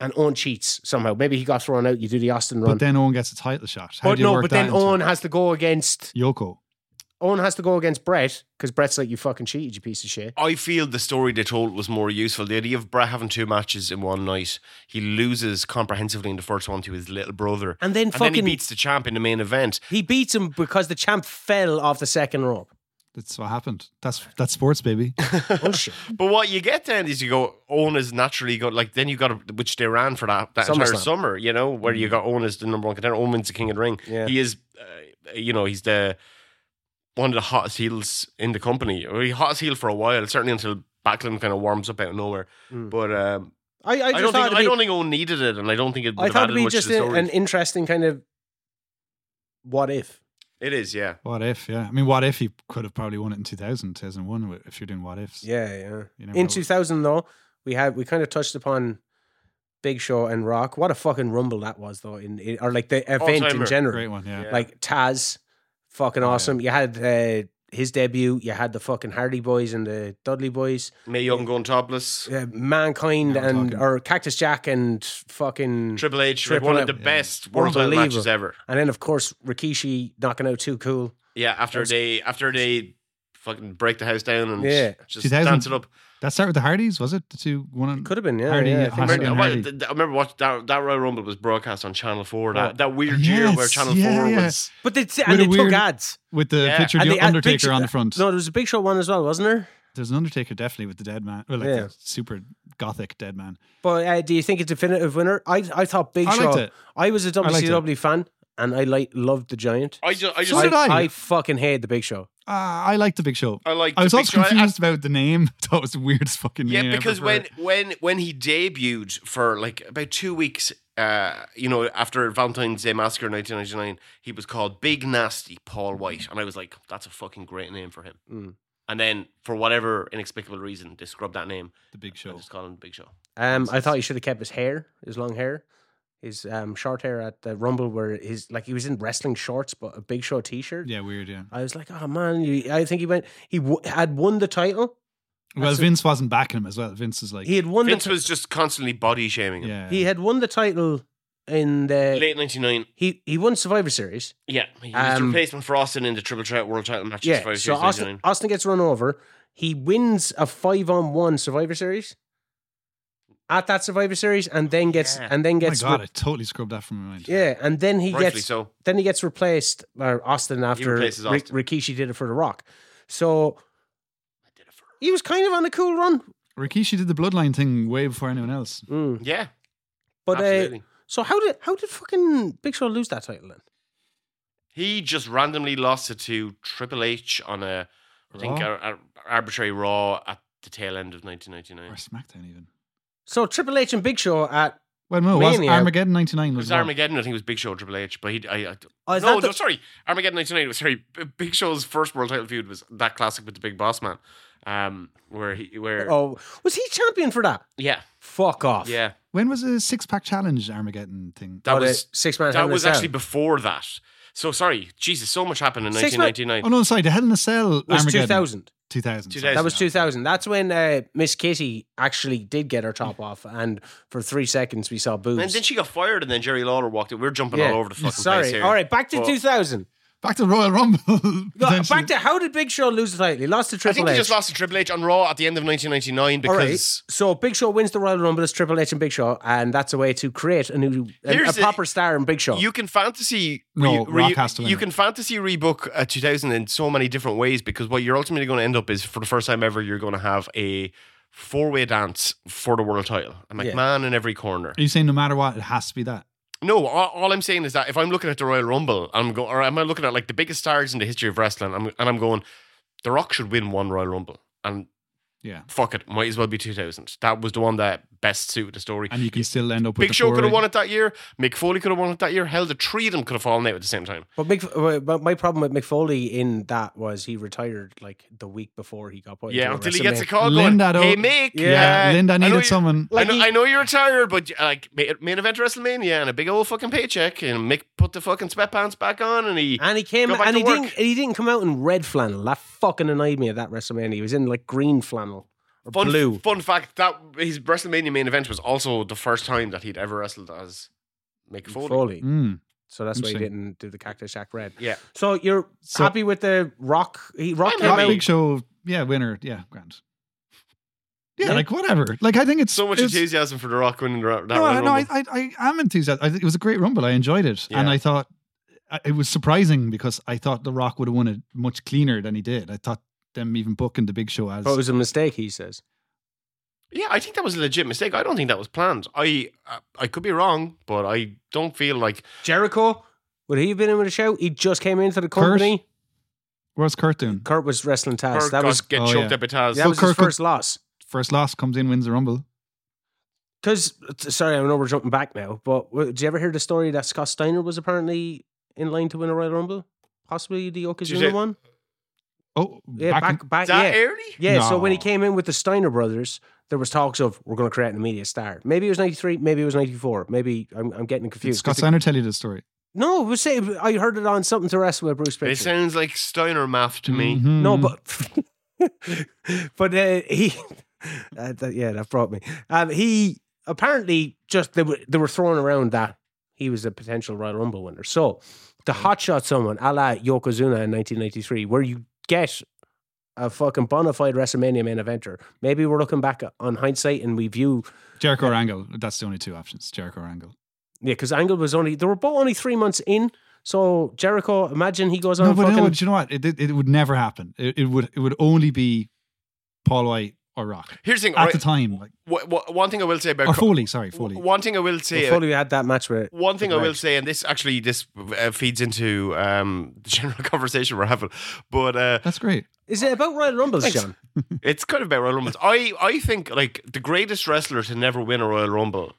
Speaker 1: and Owen cheats somehow. Maybe he got thrown out. You do the Austin run,
Speaker 3: But then Owen gets a title shot. How
Speaker 1: But
Speaker 3: do you
Speaker 1: no,
Speaker 3: work
Speaker 1: but
Speaker 3: that
Speaker 1: then
Speaker 3: into it?
Speaker 1: Owen has to go against
Speaker 3: Yoko.
Speaker 1: Owen has to go against Brett because Brett's like, you fucking cheated, you piece of shit.
Speaker 2: I feel the story they told was more useful. The idea of Brett having two matches in one night, he loses comprehensively in the first one to his little brother,
Speaker 1: And then
Speaker 2: and
Speaker 1: fucking
Speaker 2: then he beats the champ in the main event.
Speaker 1: he beats him because the champ fell off the second rope.
Speaker 3: That's what happened. That's that's sports, baby.
Speaker 1: Bullshit.
Speaker 2: But what you get then is you go Owen is naturally got like then you got which they ran for that that entire
Speaker 1: SummerSlam. Mm.
Speaker 2: summer, you know, where you got Owen as the number one contender. Owen wins the King of the Ring.
Speaker 1: Yeah.
Speaker 2: He is, uh, you know, he's the one of the hottest heels in the company. Or he hottest heel for a while, certainly until Backlund kind of warms up out of nowhere.
Speaker 1: Mm.
Speaker 2: But um,
Speaker 1: I, I,
Speaker 2: I,
Speaker 1: just thought
Speaker 2: don't think
Speaker 1: it'd
Speaker 2: I
Speaker 1: be-
Speaker 2: don't think Owen needed it, and I don't think it. Would
Speaker 1: I
Speaker 2: have
Speaker 1: thought
Speaker 2: added
Speaker 1: it'd be
Speaker 2: much
Speaker 1: just
Speaker 2: to the
Speaker 1: a,
Speaker 2: story.
Speaker 1: an interesting kind of what if.
Speaker 2: it is, yeah.
Speaker 3: What if? Yeah, I mean, what if he could have probably won it in 2000, 2001, If you're doing what ifs,
Speaker 1: Yeah, yeah.
Speaker 3: You know,
Speaker 1: In
Speaker 3: what-
Speaker 1: 2000, though, we had we kind of touched upon Big Show and Rock. What a fucking rumble that was, though, in, in or like the event in
Speaker 2: All-timer.
Speaker 1: general.
Speaker 3: great one. Yeah,
Speaker 2: Yeah.
Speaker 1: Like Taz, fucking
Speaker 3: Yeah.
Speaker 1: awesome. You had uh, his debut. You had the fucking Hardy Boys and the Dudley Boys.
Speaker 2: May Young going topless.
Speaker 1: Uh, Mankind
Speaker 3: Now we're
Speaker 1: and
Speaker 3: talking.
Speaker 1: or Cactus Jack and fucking
Speaker 2: Triple H, like
Speaker 1: Triple
Speaker 2: one
Speaker 1: H,
Speaker 2: of the
Speaker 3: yeah.
Speaker 2: best world title
Speaker 1: Unbelievable.
Speaker 2: matches ever.
Speaker 1: and then of course Rikishi knocking out Too Cool.
Speaker 2: Yeah, after
Speaker 1: That's-
Speaker 2: they after they fucking break the house down and
Speaker 1: Yeah.
Speaker 2: just
Speaker 3: 2000
Speaker 2: dance it up.
Speaker 3: that started with the Hardys, was it? The two one on
Speaker 1: Could have been yeah.
Speaker 3: Hardy,
Speaker 1: yeah,
Speaker 3: uh,
Speaker 1: I think
Speaker 3: Hardy
Speaker 1: so.
Speaker 2: Remember,
Speaker 3: and
Speaker 2: well,
Speaker 3: Hardy.
Speaker 2: th- th- I remember watch that that Royal Rumble was broadcast on Channel Four. That,
Speaker 1: Oh.
Speaker 2: that weird year where
Speaker 3: Yes,
Speaker 2: Channel
Speaker 3: yeah,
Speaker 2: Four
Speaker 3: yeah.
Speaker 2: was
Speaker 1: But they t-
Speaker 3: With
Speaker 1: and
Speaker 3: a
Speaker 1: they took
Speaker 3: weird-
Speaker 1: ads.
Speaker 3: with the
Speaker 2: Yeah.
Speaker 3: picture of
Speaker 1: And
Speaker 3: the,
Speaker 1: the ad
Speaker 3: Undertaker
Speaker 1: picture-
Speaker 3: on the front.
Speaker 1: No, there was a Big Show one as well, wasn't there?
Speaker 3: There's an Undertaker definitely with the dead man, well, like
Speaker 1: Yeah.
Speaker 3: the super gothic dead man.
Speaker 1: But uh, do you think a definitive winner? I I thought Big
Speaker 3: I
Speaker 1: Show.
Speaker 3: liked it.
Speaker 1: I was a
Speaker 3: liked it.
Speaker 1: WCW fan, and I like loved the Giant.
Speaker 2: I just I
Speaker 3: So
Speaker 2: just
Speaker 3: did I.
Speaker 1: I fucking hate the Big Show.
Speaker 3: Uh, I liked the Big Show.
Speaker 2: I like
Speaker 3: I was also
Speaker 2: I,
Speaker 3: confused about the name. I thought it was the weirdest fucking
Speaker 2: yeah,
Speaker 3: name. ever
Speaker 2: because
Speaker 3: for
Speaker 2: when
Speaker 3: it.
Speaker 2: when when he debuted for like about two weeks, uh, you know, after Valentine's Day Massacre in 1999, he was called Big Nasty Paul White, and I was like, that's a fucking great name for him.
Speaker 1: Mm.
Speaker 2: And then for whatever inexplicable reason, they scrubbed that name.
Speaker 3: the Big
Speaker 2: and
Speaker 3: Show,
Speaker 2: just called him Big Show.
Speaker 1: Um, I thought he should have kept his hair, his long hair, his um short hair at the Rumble, where his like he was in wrestling shorts but a Big Show T-shirt.
Speaker 3: yeah, weird, yeah.
Speaker 1: I was like, oh man, you, I think he went. He w- had won the title.
Speaker 3: Well,
Speaker 1: That's a-
Speaker 3: Vince wasn't backing him as well. Vince is like,
Speaker 1: He had won
Speaker 2: Vince
Speaker 1: the.
Speaker 2: was just constantly body shaming him.
Speaker 3: yeah,
Speaker 1: He had won the title in the.
Speaker 2: Late 99,
Speaker 1: He he won Survivor Series.
Speaker 2: Yeah, he was
Speaker 1: Um,
Speaker 2: replacement for Austin in the Triple Threat World Title match. Yeah,
Speaker 1: Yeah.
Speaker 2: five
Speaker 1: So Austin, Austin gets run over. He wins a five on one Survivor Series at that Survivor Series, and then gets
Speaker 2: Yeah.
Speaker 1: and then
Speaker 3: oh my
Speaker 1: gets
Speaker 3: God,
Speaker 1: re-
Speaker 3: I totally scrubbed that from my mind.
Speaker 1: yeah, and then he
Speaker 2: rightfully
Speaker 1: gets
Speaker 2: so.
Speaker 1: then he gets replaced. Or Austin after
Speaker 2: replaces
Speaker 1: Ri-
Speaker 2: Austin.
Speaker 1: Rikishi did it for The Rock, so
Speaker 2: I did it for
Speaker 1: he was kind of on a cool run.
Speaker 3: Rikishi did the Bloodline thing way before anyone else.
Speaker 1: Mm.
Speaker 2: yeah,
Speaker 1: But uh,
Speaker 2: absolutely.
Speaker 1: so how did how did fucking Big Show lose that title then?
Speaker 2: he just randomly lost it to Triple H on a, I think,
Speaker 3: Raw?
Speaker 2: ar- ar- arbitrary Raw at the tail end of
Speaker 3: Or
Speaker 2: 1999.
Speaker 3: SmackDown even.
Speaker 1: So Triple H and Big Show at
Speaker 3: Well, no, it was
Speaker 1: Mania.
Speaker 3: Armageddon '99
Speaker 2: It
Speaker 3: was
Speaker 2: was
Speaker 3: Raw.
Speaker 2: Armageddon. I think it was Big Show Triple H, but he, I, I
Speaker 1: oh, is
Speaker 2: no,
Speaker 1: that the-
Speaker 2: no, sorry, Armageddon 1999. Sorry, B- Big Show's first world title feud was that classic with the Big Boss Man, um, where he, where,
Speaker 1: oh was he champion for that?
Speaker 2: yeah,
Speaker 1: Fuck off. uh,
Speaker 2: yeah,
Speaker 3: When was the six pack challenge Armageddon thing?
Speaker 2: that was
Speaker 1: six man. Hell
Speaker 2: that
Speaker 1: in a
Speaker 2: was
Speaker 1: Cell.
Speaker 2: actually before that. So sorry, Jesus, so much happened in
Speaker 1: Six months-
Speaker 2: 1999.
Speaker 3: Oh no, sorry, the Hell in a Cell
Speaker 1: It was
Speaker 3: Armageddon.
Speaker 1: 2000.
Speaker 3: 2000.
Speaker 2: 2000.
Speaker 1: That was
Speaker 2: Isn't it?
Speaker 1: 2000. That's when uh, Miss Kitty actually did get her top off, and for three seconds we saw boobs.
Speaker 2: And then she got fired, and then Jerry Lawler walked in. We're jumping
Speaker 1: Yeah.
Speaker 2: all over the fucking place
Speaker 1: Sorry.
Speaker 2: here.
Speaker 1: All right, back to
Speaker 2: Well,
Speaker 1: 2000.
Speaker 3: Back to Royal Rumble.
Speaker 1: Go-
Speaker 3: potentially.
Speaker 1: Back to how did Big Show lose the title? He lost to
Speaker 2: I
Speaker 1: Triple
Speaker 2: think he
Speaker 1: H.
Speaker 2: just lost to Triple H on Raw at the end of 1999
Speaker 1: all right.
Speaker 2: because
Speaker 1: So Big Show wins the Royal Rumble. It's Triple H and Big Show, and that's a way to create a new, a, a
Speaker 2: Here's the-
Speaker 1: proper star in Big Show.
Speaker 2: you can fantasy
Speaker 3: Oh. No,
Speaker 2: re-
Speaker 3: Rock has to win
Speaker 2: you
Speaker 3: it.
Speaker 2: can fantasy rebook uh, 2000 in so many different ways because what you're ultimately going to end up is for the first time ever you're going to have a four way dance for the world title and
Speaker 1: Yeah.
Speaker 2: McMahon in every corner.
Speaker 3: Are you saying no matter what, it has to be that?
Speaker 2: No, all, all I'm saying is that if I'm looking at the Royal Rumble, I'm going or am I looking at like the biggest stars in the history of wrestling, I'm, and I'm going, The Rock should win one Royal Rumble and
Speaker 3: Yeah.
Speaker 2: fuck it, might as well be 2000. That was the one that best suited the story.
Speaker 3: And you can still end up with
Speaker 2: Big
Speaker 3: the
Speaker 2: Show
Speaker 3: four-
Speaker 2: could have won it that year. Mick Foley could have won it that year. Hell, the three of them could have fallen out at the same time.
Speaker 1: but, Mick, but my problem with McFoley in that was he retired like the week before he got put.
Speaker 2: yeah,
Speaker 1: into
Speaker 2: until he gets a
Speaker 1: WrestleMania.
Speaker 2: call
Speaker 3: Linda,
Speaker 2: going, hey,
Speaker 3: though-
Speaker 2: Mick.
Speaker 3: Yeah,
Speaker 2: uh,
Speaker 3: Linda
Speaker 2: I know
Speaker 3: needed
Speaker 2: you-
Speaker 3: someone.
Speaker 1: Like
Speaker 2: I, know,
Speaker 1: he-
Speaker 2: I know you're retired, but like ma- main event WrestleMania and a big old fucking paycheck, and Mick put the fucking sweatpants back on, and he
Speaker 1: And he came
Speaker 2: Go back
Speaker 1: and
Speaker 2: to
Speaker 1: he
Speaker 2: work.
Speaker 1: didn't he didn't come out in red flannel. That fucking annoyed me at that WrestleMania. He was in like green flannel or
Speaker 2: fun,
Speaker 1: blue.
Speaker 2: Fun fact that his WrestleMania main event was also the first time that he'd ever wrestled as Mick Foley.
Speaker 1: Foley.
Speaker 3: Mm.
Speaker 1: So that's why he
Speaker 3: Interesting.
Speaker 1: didn't do the Cactus Jack Red.
Speaker 2: Yeah.
Speaker 1: So you're
Speaker 3: So-
Speaker 1: happy with the Rock? He Rock
Speaker 2: I'm
Speaker 1: came
Speaker 2: happy.
Speaker 1: out.
Speaker 3: Big Show, yeah, winner, yeah, grand. Yeah,
Speaker 1: Yeah.
Speaker 3: like whatever. Like I think it's
Speaker 2: So much
Speaker 3: it's-
Speaker 2: enthusiasm for The Rock winning the, Ro- that
Speaker 3: No,
Speaker 2: Royal
Speaker 3: I- no, I,
Speaker 2: Rumble.
Speaker 3: I, I am enthusiastic. I think it was a great rumble. I enjoyed it, and
Speaker 2: Yeah.
Speaker 3: I thought I- it was surprising because I thought The Rock would have won it much cleaner than he did. I thought them even booking the Big Show as
Speaker 1: But it was a mistake, he says.
Speaker 2: yeah, I think that was a legit mistake. I don't think that was planned. I uh, I could be wrong, but I don't feel like
Speaker 1: Jericho, would he have been in with a show? He just came into the
Speaker 3: Kurt?
Speaker 1: company.
Speaker 3: where's Kurt doing?
Speaker 1: Kurt, was wrestling Taz.
Speaker 2: Kurt
Speaker 1: that
Speaker 2: got-
Speaker 1: was
Speaker 2: get
Speaker 3: Oh,
Speaker 2: choked
Speaker 3: yeah.
Speaker 2: up at Taz.
Speaker 1: that
Speaker 3: So
Speaker 1: was his
Speaker 3: Kurt could-
Speaker 1: first loss.
Speaker 3: First loss comes in, wins the rumble.
Speaker 1: Because sorry, I know we're jumping back now, but w- did you ever hear the story that Scott Steiner was apparently in line to win a Royal Rumble, possibly the
Speaker 2: Did you
Speaker 1: Yokozuna
Speaker 2: say-
Speaker 1: one?
Speaker 3: Oh,
Speaker 1: Yeah,
Speaker 3: back in-
Speaker 1: back, back,
Speaker 2: Is that
Speaker 1: yeah.
Speaker 2: early?
Speaker 1: Yeah, so when he
Speaker 3: No.
Speaker 1: came in with the Steiner brothers, there was talks of we're going to create an immediate star. Maybe it was ninety three, maybe it was ninety four, maybe I'm, I'm getting
Speaker 3: did
Speaker 1: confused.
Speaker 3: Scott
Speaker 1: 'Cause it-
Speaker 3: Steiner tell you the story?
Speaker 1: no, it was say, I heard it on something to wrestle with Bruce
Speaker 2: It
Speaker 1: Pritchard.
Speaker 2: sounds like Steiner math to me.
Speaker 3: Mhm.
Speaker 1: No, but but uh, he, uh, that, yeah, that brought me. Um, he apparently just they were they were throwing around that he was a potential Royal Rumble winner. So to
Speaker 3: Mm.
Speaker 1: hotshot someone, a la Yokozuna in 1993, where you get a fucking bona fide WrestleMania main eventer. Maybe we're looking back on hindsight and we view
Speaker 3: Jericho or Angle. That's the only two options. Jericho or Angle.
Speaker 1: yeah, because Angle was only they were both only three months in. So Jericho, imagine he goes on
Speaker 3: No, but
Speaker 1: fucking
Speaker 3: no, do you know what? It, it, it would never happen. It, it would it would only be Paul White or Rock
Speaker 2: Here's the thing.
Speaker 3: at
Speaker 2: right,
Speaker 3: the time, like,
Speaker 2: wha- wha- one thing I will say about
Speaker 3: or
Speaker 2: Cur-
Speaker 3: Foley. Sorry, Foley.
Speaker 2: One thing I will say.
Speaker 1: before we had that match with
Speaker 2: One thing I
Speaker 1: Right.
Speaker 2: will say, and this actually this uh, feeds into um, the general conversation we're having, but uh,
Speaker 3: That's great.
Speaker 1: Is it about Royal Rumbles,
Speaker 2: Thanks.
Speaker 1: John?
Speaker 3: Hmm.
Speaker 2: it's kind of about Royal Rumbles. I I think like the greatest wrestler to never win a Royal Rumble,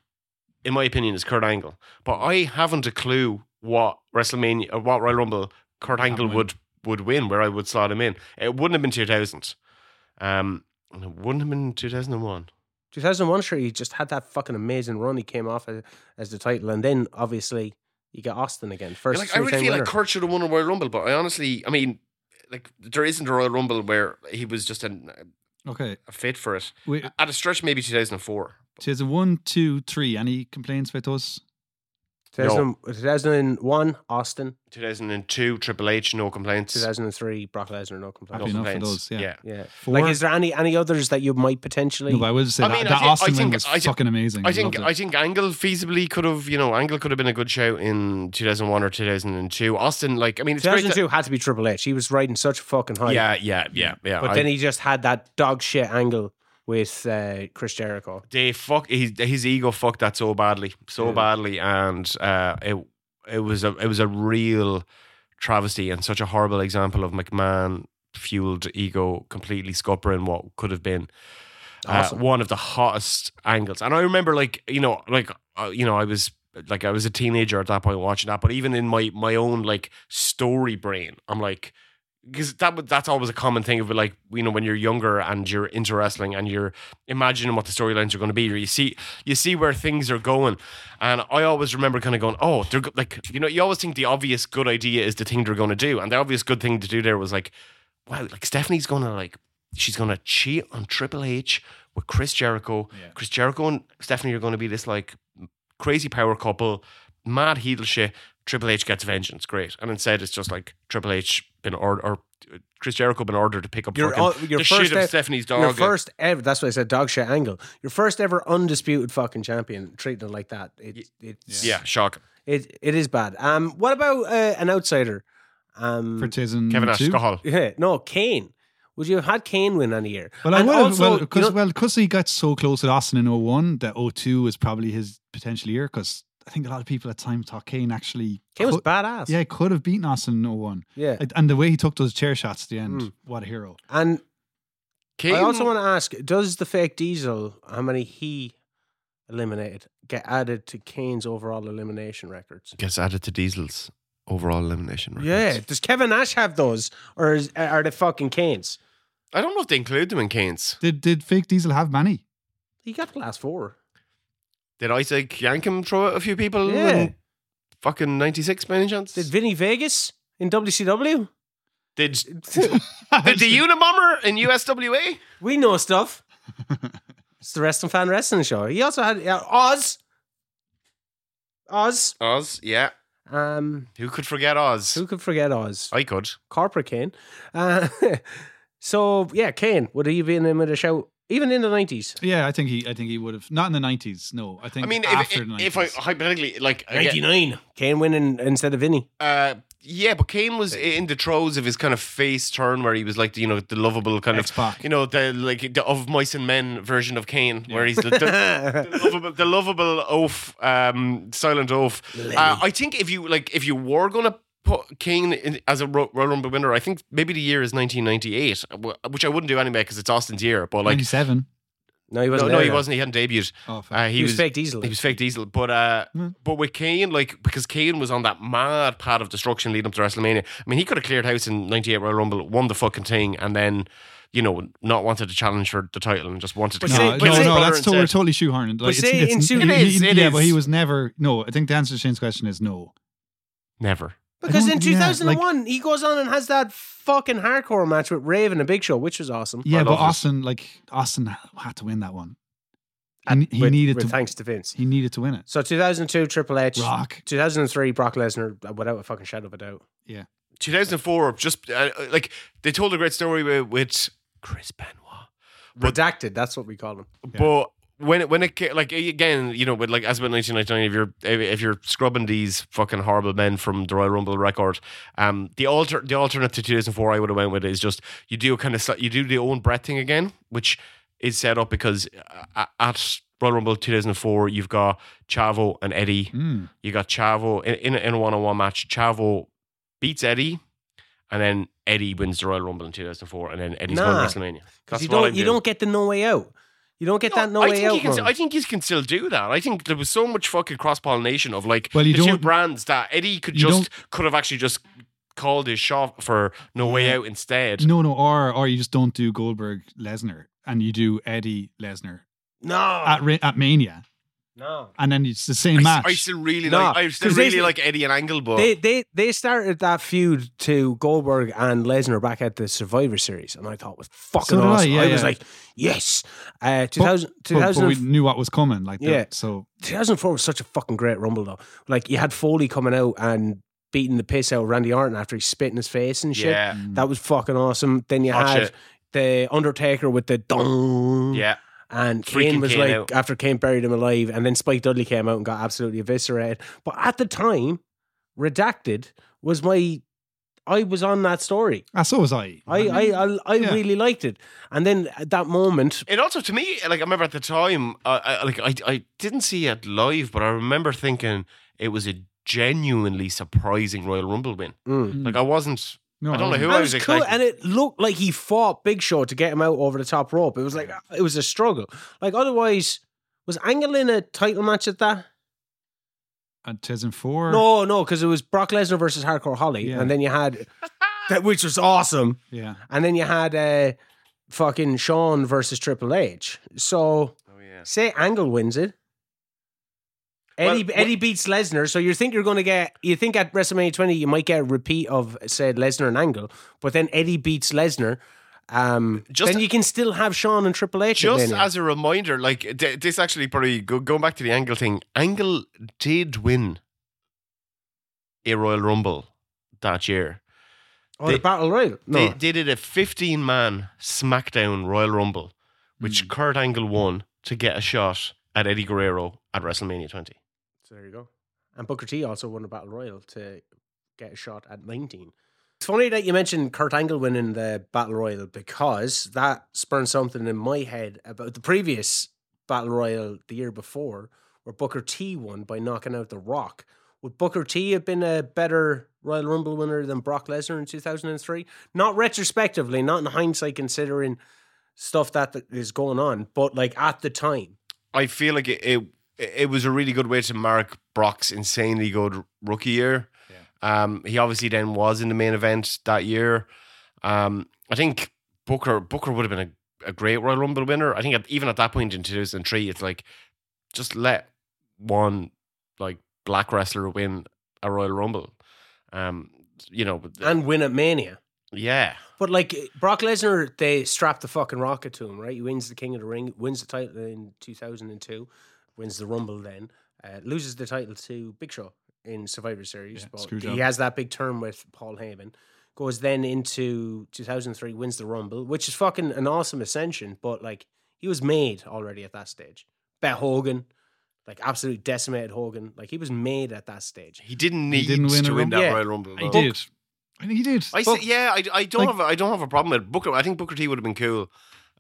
Speaker 2: in my opinion, is Kurt Angle. But I haven't a clue what WrestleMania, uh, what Royal Rumble Kurt Angle
Speaker 3: win.
Speaker 2: would would win, where I would slot him in. It wouldn't have been two thousand. Um, and it wouldn't have been two thousand and one.
Speaker 1: 2001, sure, he just had that fucking amazing run. He came off as, as the title, and then obviously you get Austin again, first
Speaker 2: Like, I
Speaker 1: three
Speaker 2: really
Speaker 1: time
Speaker 2: feel
Speaker 1: winner.
Speaker 2: like Kurt should have won a Royal Rumble, but I honestly, I mean, like there isn't a Royal Rumble where he was just an
Speaker 3: Okay,
Speaker 2: a fit for it.
Speaker 3: wait.
Speaker 2: At a stretch, maybe 2004.
Speaker 3: So it's a one, two, three. Any complaints about those?
Speaker 1: 2000 2001, Austin.
Speaker 2: 2002, Triple H, no complaints.
Speaker 1: 2003, Brock Lesnar, no
Speaker 2: No
Speaker 3: Happy
Speaker 1: complaints.
Speaker 3: enough for
Speaker 2: complaints.
Speaker 3: those, yeah.
Speaker 1: Yeah.
Speaker 3: Four?
Speaker 1: Like, is there any any others that you might potentially?
Speaker 3: No, but I will say
Speaker 2: I
Speaker 3: that,
Speaker 2: mean, I
Speaker 3: that
Speaker 2: think- I
Speaker 3: Austin win
Speaker 2: think-
Speaker 3: was
Speaker 2: I think-
Speaker 3: fucking amazing.
Speaker 2: I think
Speaker 3: loved
Speaker 2: I
Speaker 3: it.
Speaker 2: think Angle feasibly could have, you know, Angle could have been a good show in 2001 or 2002. Austin, like, I mean, it's great. that-
Speaker 1: 2002 had to be Triple H. He was riding such a fucking high.
Speaker 2: yeah, yeah, yeah, yeah.
Speaker 1: But
Speaker 2: I-
Speaker 1: then he just had that dog shit angle with uh, Chris Jericho.
Speaker 2: they fuck his his ego fucked that so badly, so
Speaker 1: Yeah.
Speaker 2: badly, and uh, it it was a it was a real travesty and such a horrible example of McMahon fueled ego completely scuppering what could have been uh,
Speaker 1: Awesome.
Speaker 2: one of the hottest angles. And I remember, like you know, like uh, you know, I was like I was a teenager at that point watching that, but even in my my own like story brain, I'm like. Because that would- that's always a common thing of like you know when you're younger and you're into wrestling and you're imagining what the storylines are going to be or you see you see where things are going and I always remember kind of going oh they're go-, like you know you always think the obvious good idea is the thing they're going to do and the obvious good thing to do there was like wow like Stephanie's going to like she's going to cheat on Triple H with Chris Jericho
Speaker 3: Yeah.
Speaker 2: Chris Jericho and Stephanie are going to be this like crazy power couple mad heel shit Triple H gets vengeance great and instead it's just like Triple H been ordered or uh, Chris Jericho been ordered to pick up
Speaker 1: Your,
Speaker 2: fucking
Speaker 1: uh, your
Speaker 2: the
Speaker 1: first
Speaker 2: shit of
Speaker 1: e-
Speaker 2: Stephanie's dog
Speaker 1: Your first ever, that's why I said dog shit angle. Your first ever undisputed fucking champion treating it like that. It, it's,
Speaker 2: yeah shock
Speaker 1: It, it is bad. Um, what about uh, an outsider? Um,
Speaker 3: for Tizen
Speaker 2: Kevin Nash
Speaker 3: too.
Speaker 2: Scott Hall.
Speaker 1: yeah, no, Kane. Would you have had Kane win any year?
Speaker 3: Well, I
Speaker 1: And
Speaker 3: would have.
Speaker 1: also,
Speaker 3: well,
Speaker 1: you
Speaker 3: because
Speaker 1: know-
Speaker 3: he got so close at Austin in 01 that 02 was probably his potential year. Because I think a lot of people at the time thought Kane actually
Speaker 1: Kane was
Speaker 3: could-
Speaker 1: badass.
Speaker 3: yeah could have beaten Austin in 01.
Speaker 1: yeah.
Speaker 3: And- And the way he took those chair shots at the end,
Speaker 1: Mm.
Speaker 3: what a hero!
Speaker 1: And
Speaker 2: Kane,
Speaker 1: I also want to ask: Does the fake Diesel, how many he eliminated, get added to Kane's overall elimination records?
Speaker 2: gets added to Diesel's overall elimination records.
Speaker 1: Yeah, does Kevin Nash have those, or is, are they fucking Kane's?
Speaker 2: I don't know if they include them in Kane's.
Speaker 3: Did did fake Diesel have many?
Speaker 1: He got the last four.
Speaker 2: Did Isaac Yankum throw out a few people
Speaker 1: Yeah.
Speaker 2: in fucking 96 by any chance?
Speaker 1: Did
Speaker 2: Did,
Speaker 1: Vinny Vegas in WCW?
Speaker 2: did, the Unabomber in USWA?
Speaker 1: we know stuff. it's the Wrestling Fan Wrestling Show. He also had uh, Oz. Oz.
Speaker 2: Oz, yeah.
Speaker 1: Um,
Speaker 2: Who could forget Oz?
Speaker 1: who could forget Oz?
Speaker 2: I could.
Speaker 1: Corporate Kane. Uh, so yeah, Kane would he have been in with a shout even in the nineties?
Speaker 3: Yeah, I think he. I think he would have not in the nineties. No, I think.
Speaker 2: I mean, if,
Speaker 3: after the
Speaker 2: if,
Speaker 3: 90s.
Speaker 2: if I hypothetically, like, again,
Speaker 1: nine. Kane winning instead of Vinny.
Speaker 2: uh, yeah, but Kane was in the throes of his kind of face turn, where he was like, the, you know, the lovable kind of,
Speaker 3: X-Pac.
Speaker 2: you know, the like the of mice and men version of Kane, where he's the, the, the lovable, the lovable oaf, um, silent oaf. Uh, I think if you like, if you were gonna put Kane in, as a Ro- Royal Rumble winner, I think maybe the year is 1998, wh- which I wouldn't do anyway because it's Austin's year. But like,
Speaker 3: ninety-seven.
Speaker 1: no, he
Speaker 2: no,
Speaker 1: wasn't.
Speaker 2: no,
Speaker 1: there
Speaker 2: he
Speaker 1: then.
Speaker 2: wasn't. He hadn't debuted.
Speaker 3: Oh, fuck.
Speaker 2: Uh,
Speaker 1: He, was, Hmm. faked easily.
Speaker 2: He was fake Diesel, but uh,
Speaker 3: Mm.
Speaker 2: but with Kane, like because Kane was on that mad path of destruction leading up to WrestleMania. I mean, he could have cleared house in '98 Royal Rumble, won the fucking thing, and then you know not wanted to challenge for the title and just wanted to.
Speaker 1: But
Speaker 3: no,
Speaker 2: kill
Speaker 1: say-
Speaker 2: his
Speaker 1: but
Speaker 3: no,
Speaker 1: say-
Speaker 3: no,
Speaker 2: brother
Speaker 3: that's
Speaker 2: and
Speaker 3: totally,
Speaker 2: said-
Speaker 3: totally shoehorned. Like,
Speaker 1: say in
Speaker 3: he-
Speaker 1: Suit-
Speaker 2: It is, it
Speaker 3: yeah,
Speaker 2: is.
Speaker 3: but he was never. No, I think the answer to Shane's question is no.
Speaker 2: Never.
Speaker 1: because
Speaker 3: I
Speaker 1: in
Speaker 3: don't- yeah, like-
Speaker 1: 2001, he goes on and has that fucking hardcore match with Raven, a big show, which was awesome.
Speaker 3: Yeah, but
Speaker 2: Mm, love it.
Speaker 3: Austin, like Austin, had to win that one, and he
Speaker 1: With-
Speaker 3: needed
Speaker 1: with
Speaker 3: to.
Speaker 1: thanks to Vince.
Speaker 3: He needed to win it.
Speaker 1: So 2002, Triple H.
Speaker 3: Rock.
Speaker 1: 2003, Brock Lesnar, uh, without a fucking shadow of a doubt.
Speaker 2: 2004, just uh, like they told a great story with, with Chris Benoit. But-
Speaker 1: Redacted, that's what we call him.
Speaker 3: Yeah.
Speaker 2: But when it when it ca- like again, you know, with like as with 1999, if you're if you're scrubbing these fucking horrible men from the Royal Rumble record, um, the alter the alternate to 2004 I would have went with is just you do kind of you do the own breath thing again, which is set up because uh, at Royal Rumble 2004 you've got Chavo and Eddie,
Speaker 3: Mm.
Speaker 2: you got Chavo in in, in a one on one match, Chavo beats Eddie. And then Eddie wins the Royal Rumble in 2004, and then Eddie's
Speaker 1: Nah.
Speaker 2: won WrestleMania.
Speaker 1: Because
Speaker 2: That's
Speaker 1: you
Speaker 2: what I'm
Speaker 1: don't, you
Speaker 2: doing.
Speaker 1: don't get the no way out. You don't get
Speaker 2: No,
Speaker 1: that no
Speaker 2: I
Speaker 1: way
Speaker 2: think
Speaker 1: out.
Speaker 2: you can.
Speaker 1: run.
Speaker 2: I think you can still do that. I think there was so much fucking cross pollination of like
Speaker 3: Well, you
Speaker 2: the two
Speaker 3: don't-
Speaker 2: brands that Eddie could
Speaker 3: you
Speaker 2: just could have actually just called his shot for No Way Out instead.
Speaker 3: No, no, or or you just don't do Goldberg Lesnar, and you do Eddie Lesnar
Speaker 1: no,
Speaker 3: at Ra- at Mania,
Speaker 1: no.
Speaker 3: and then it's the
Speaker 2: I,
Speaker 3: same
Speaker 2: s-
Speaker 3: match.
Speaker 2: I still really
Speaker 1: Nah,
Speaker 2: like. I still
Speaker 1: 'cause they-
Speaker 2: really like Eddie and Angle, but
Speaker 1: They, they they started that feud to Goldberg and Lesnar back at the Survivor Series, and I thought it was fucking
Speaker 3: did I,
Speaker 1: awesome. I,
Speaker 3: yeah,
Speaker 1: was
Speaker 3: yeah.
Speaker 1: like, yes. Uh, 2000,
Speaker 3: but, but
Speaker 1: 2000
Speaker 3: we knew what was coming. Like,
Speaker 1: Yeah.
Speaker 3: yeah. So
Speaker 1: 2004 was such a fucking great rumble though. Like you had Foley coming out and beating the piss out of Randy Orton after he spit in his face and shit.
Speaker 2: yeah,
Speaker 3: mm.
Speaker 1: That was fucking awesome. Then you
Speaker 2: Hot
Speaker 1: had
Speaker 2: shit.
Speaker 1: the Undertaker with the dong.
Speaker 2: yeah,
Speaker 1: And
Speaker 2: Freaking
Speaker 1: Kane was
Speaker 2: Kane
Speaker 1: like
Speaker 2: out.
Speaker 1: after Kane buried him alive, and then Spike Dudley came out and got absolutely eviscerated. But at the time, Redacted was my I was on that story.
Speaker 3: ah, so was I.
Speaker 1: I I I, I
Speaker 3: Yeah.
Speaker 1: really liked it. And then at that moment,
Speaker 2: It also to me, like I remember at the time, I, I like I, I didn't see it live, but I remember thinking it was a genuinely surprising Royal Rumble win.
Speaker 1: mm.
Speaker 2: Like I wasn't.
Speaker 3: no,
Speaker 2: I don't know who
Speaker 1: That
Speaker 2: I
Speaker 1: was
Speaker 2: was
Speaker 1: cool,
Speaker 2: expecting.
Speaker 1: and it looked like he fought Big Show to get him out over the top rope. It was like it was a struggle. Like otherwise, was Angle in a title match at that?
Speaker 3: At 2004.
Speaker 1: No, no, because it was Brock Lesnar versus Hardcore Holly,
Speaker 3: Yeah.
Speaker 1: and then you had that, which was awesome,
Speaker 3: Yeah.
Speaker 1: and then you had uh, fucking Sean versus Triple H. So
Speaker 2: oh yeah.
Speaker 1: say Angle wins it. Eddie,
Speaker 2: Well,
Speaker 1: Eddie beats Lesnar, so you think you're going to get, you think at WrestleMania 20 you might get a repeat of said Lesnar and Angle, but then Eddie beats Lesnar. Um,
Speaker 2: Just-
Speaker 1: then you can still have Sean and Triple H. at
Speaker 2: just
Speaker 1: Mania.
Speaker 2: as a reminder, like th- this actually probably go- going back to the Angle thing. Angle did win a Royal Rumble that year.
Speaker 1: oh, the
Speaker 2: they-
Speaker 1: Battle Royal. No,
Speaker 2: They, they did a 15 man SmackDown Royal Rumble, which Kurt Angle won to get a shot at Eddie Guerrero at WrestleMania 20.
Speaker 1: so there you go. And Booker T also won the Battle Royal to get a shot at 19. It's funny that you mentioned Kurt Angle winning the Battle Royal because that spurned something in my head about the previous Battle Royal the year before, where Booker T won by knocking out The Rock. Would Booker T have been a better Royal Rumble winner than Brock Lesnar in 2003? Not retrospectively, not in hindsight, considering stuff that th- is going on, but like at the time.
Speaker 2: I feel like it, it it was a really good way to mark Brock's insanely good rookie year. Um, he obviously then was in the main event that year. Um, I think Booker Booker would have been a, a great Royal Rumble winner. I think at, even at that point in 2003, it's like just let one like black wrestler win a Royal Rumble. Um, you know, but-
Speaker 3: Uh,
Speaker 1: And win at Mania.
Speaker 2: yeah,
Speaker 1: But like Brock Lesnar, they strapped the fucking rocket to him, right? He wins the King of the Ring, wins the title in 2002, wins the Rumble then, uh, loses the title to Big Show in Survivor Series,
Speaker 3: Yeah,
Speaker 1: but
Speaker 3: screw job.
Speaker 1: he has that big term with Paul Heyman. Goes then into 2003, wins the Rumble, which is fucking an awesome ascension. But like he was made already at that stage. Bet Hogan, like absolutely decimated Hogan. Like he was made at that stage.
Speaker 2: He didn't need
Speaker 3: didn't win
Speaker 2: to
Speaker 3: a
Speaker 2: win that
Speaker 1: Rumble. Yeah.
Speaker 2: Royal Rumble.
Speaker 3: I
Speaker 2: no.
Speaker 3: did. I think he did.
Speaker 2: I
Speaker 3: But-
Speaker 2: say, yeah, I, I don't
Speaker 3: like-
Speaker 2: have I don't have a problem with Booker. I think Booker T would have been cool,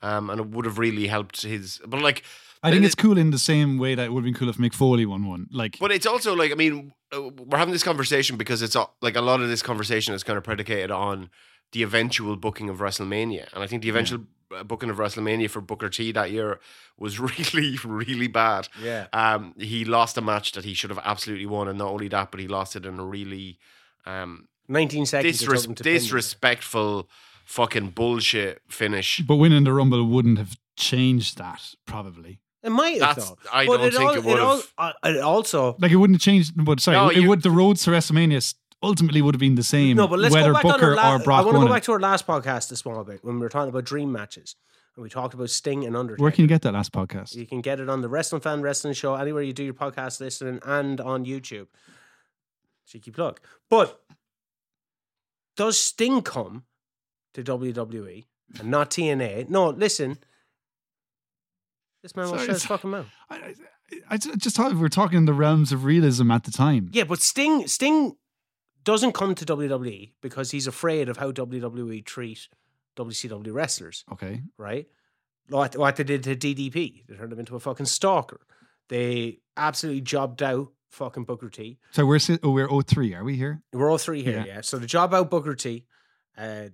Speaker 2: um, and it would have really helped his. But like,
Speaker 3: I think
Speaker 2: It-
Speaker 3: it's cool in the same way that it would have been cool if Mick Foley won one. Like,
Speaker 2: but it's also like I mean, uh, we're having this conversation because it's all- like a lot of this conversation is kind of predicated on the eventual booking of WrestleMania, and I think the eventual uh booking of WrestleMania for Booker T that year was really, really bad.
Speaker 1: Yeah.
Speaker 2: Um, he lost a match that he should have absolutely won, and not only that, but he lost it in a really um,
Speaker 1: 19 seconds. it took him
Speaker 2: disres-
Speaker 1: to pin him.
Speaker 2: disrespectful fucking bullshit finish.
Speaker 3: but winning the Rumble wouldn't have changed that, probably.
Speaker 1: It might have
Speaker 2: That's
Speaker 1: though.
Speaker 2: I
Speaker 1: But
Speaker 2: don't think
Speaker 1: al-
Speaker 2: it would
Speaker 1: al-
Speaker 2: have.
Speaker 1: uh, it also
Speaker 3: Like, it wouldn't have changed. But sorry,
Speaker 2: No,
Speaker 3: it
Speaker 2: you-
Speaker 3: would. The road to WrestleMania s- ultimately would have been the same.
Speaker 1: No, but let's
Speaker 3: whether
Speaker 1: go back on
Speaker 3: Booker
Speaker 1: our la-
Speaker 3: or Brock
Speaker 1: I want to
Speaker 3: won
Speaker 1: go
Speaker 3: it.
Speaker 1: back to our last podcast a small bit when we were talking about dream matches and we talked about Sting and Undertaker.
Speaker 3: Where can you get that last podcast?
Speaker 1: You can get it on the Wrestling Fan Wrestling Show, anywhere you do your podcast listening, and on YouTube. Cheeky plug. But does Sting come to WWE and not TNA? No, listen. This man will
Speaker 3: Sorry,
Speaker 1: shut his
Speaker 3: sorry.
Speaker 1: fucking mouth.
Speaker 3: I, I, I ju- just thought we were talking in the realms of realism at the time.
Speaker 1: Yeah, but Sting Sting doesn't come to WWE because he's afraid of how WWE treat WCW wrestlers.
Speaker 3: Okay.
Speaker 1: right? Like what they did to DDP. They turned him into a fucking stalker. They absolutely jobbed out fucking Booker T.
Speaker 3: So we're si- oh, we're 03, are we here?
Speaker 1: We're all three here,
Speaker 3: Yeah.
Speaker 1: yeah. So the job out Booker T. Uh,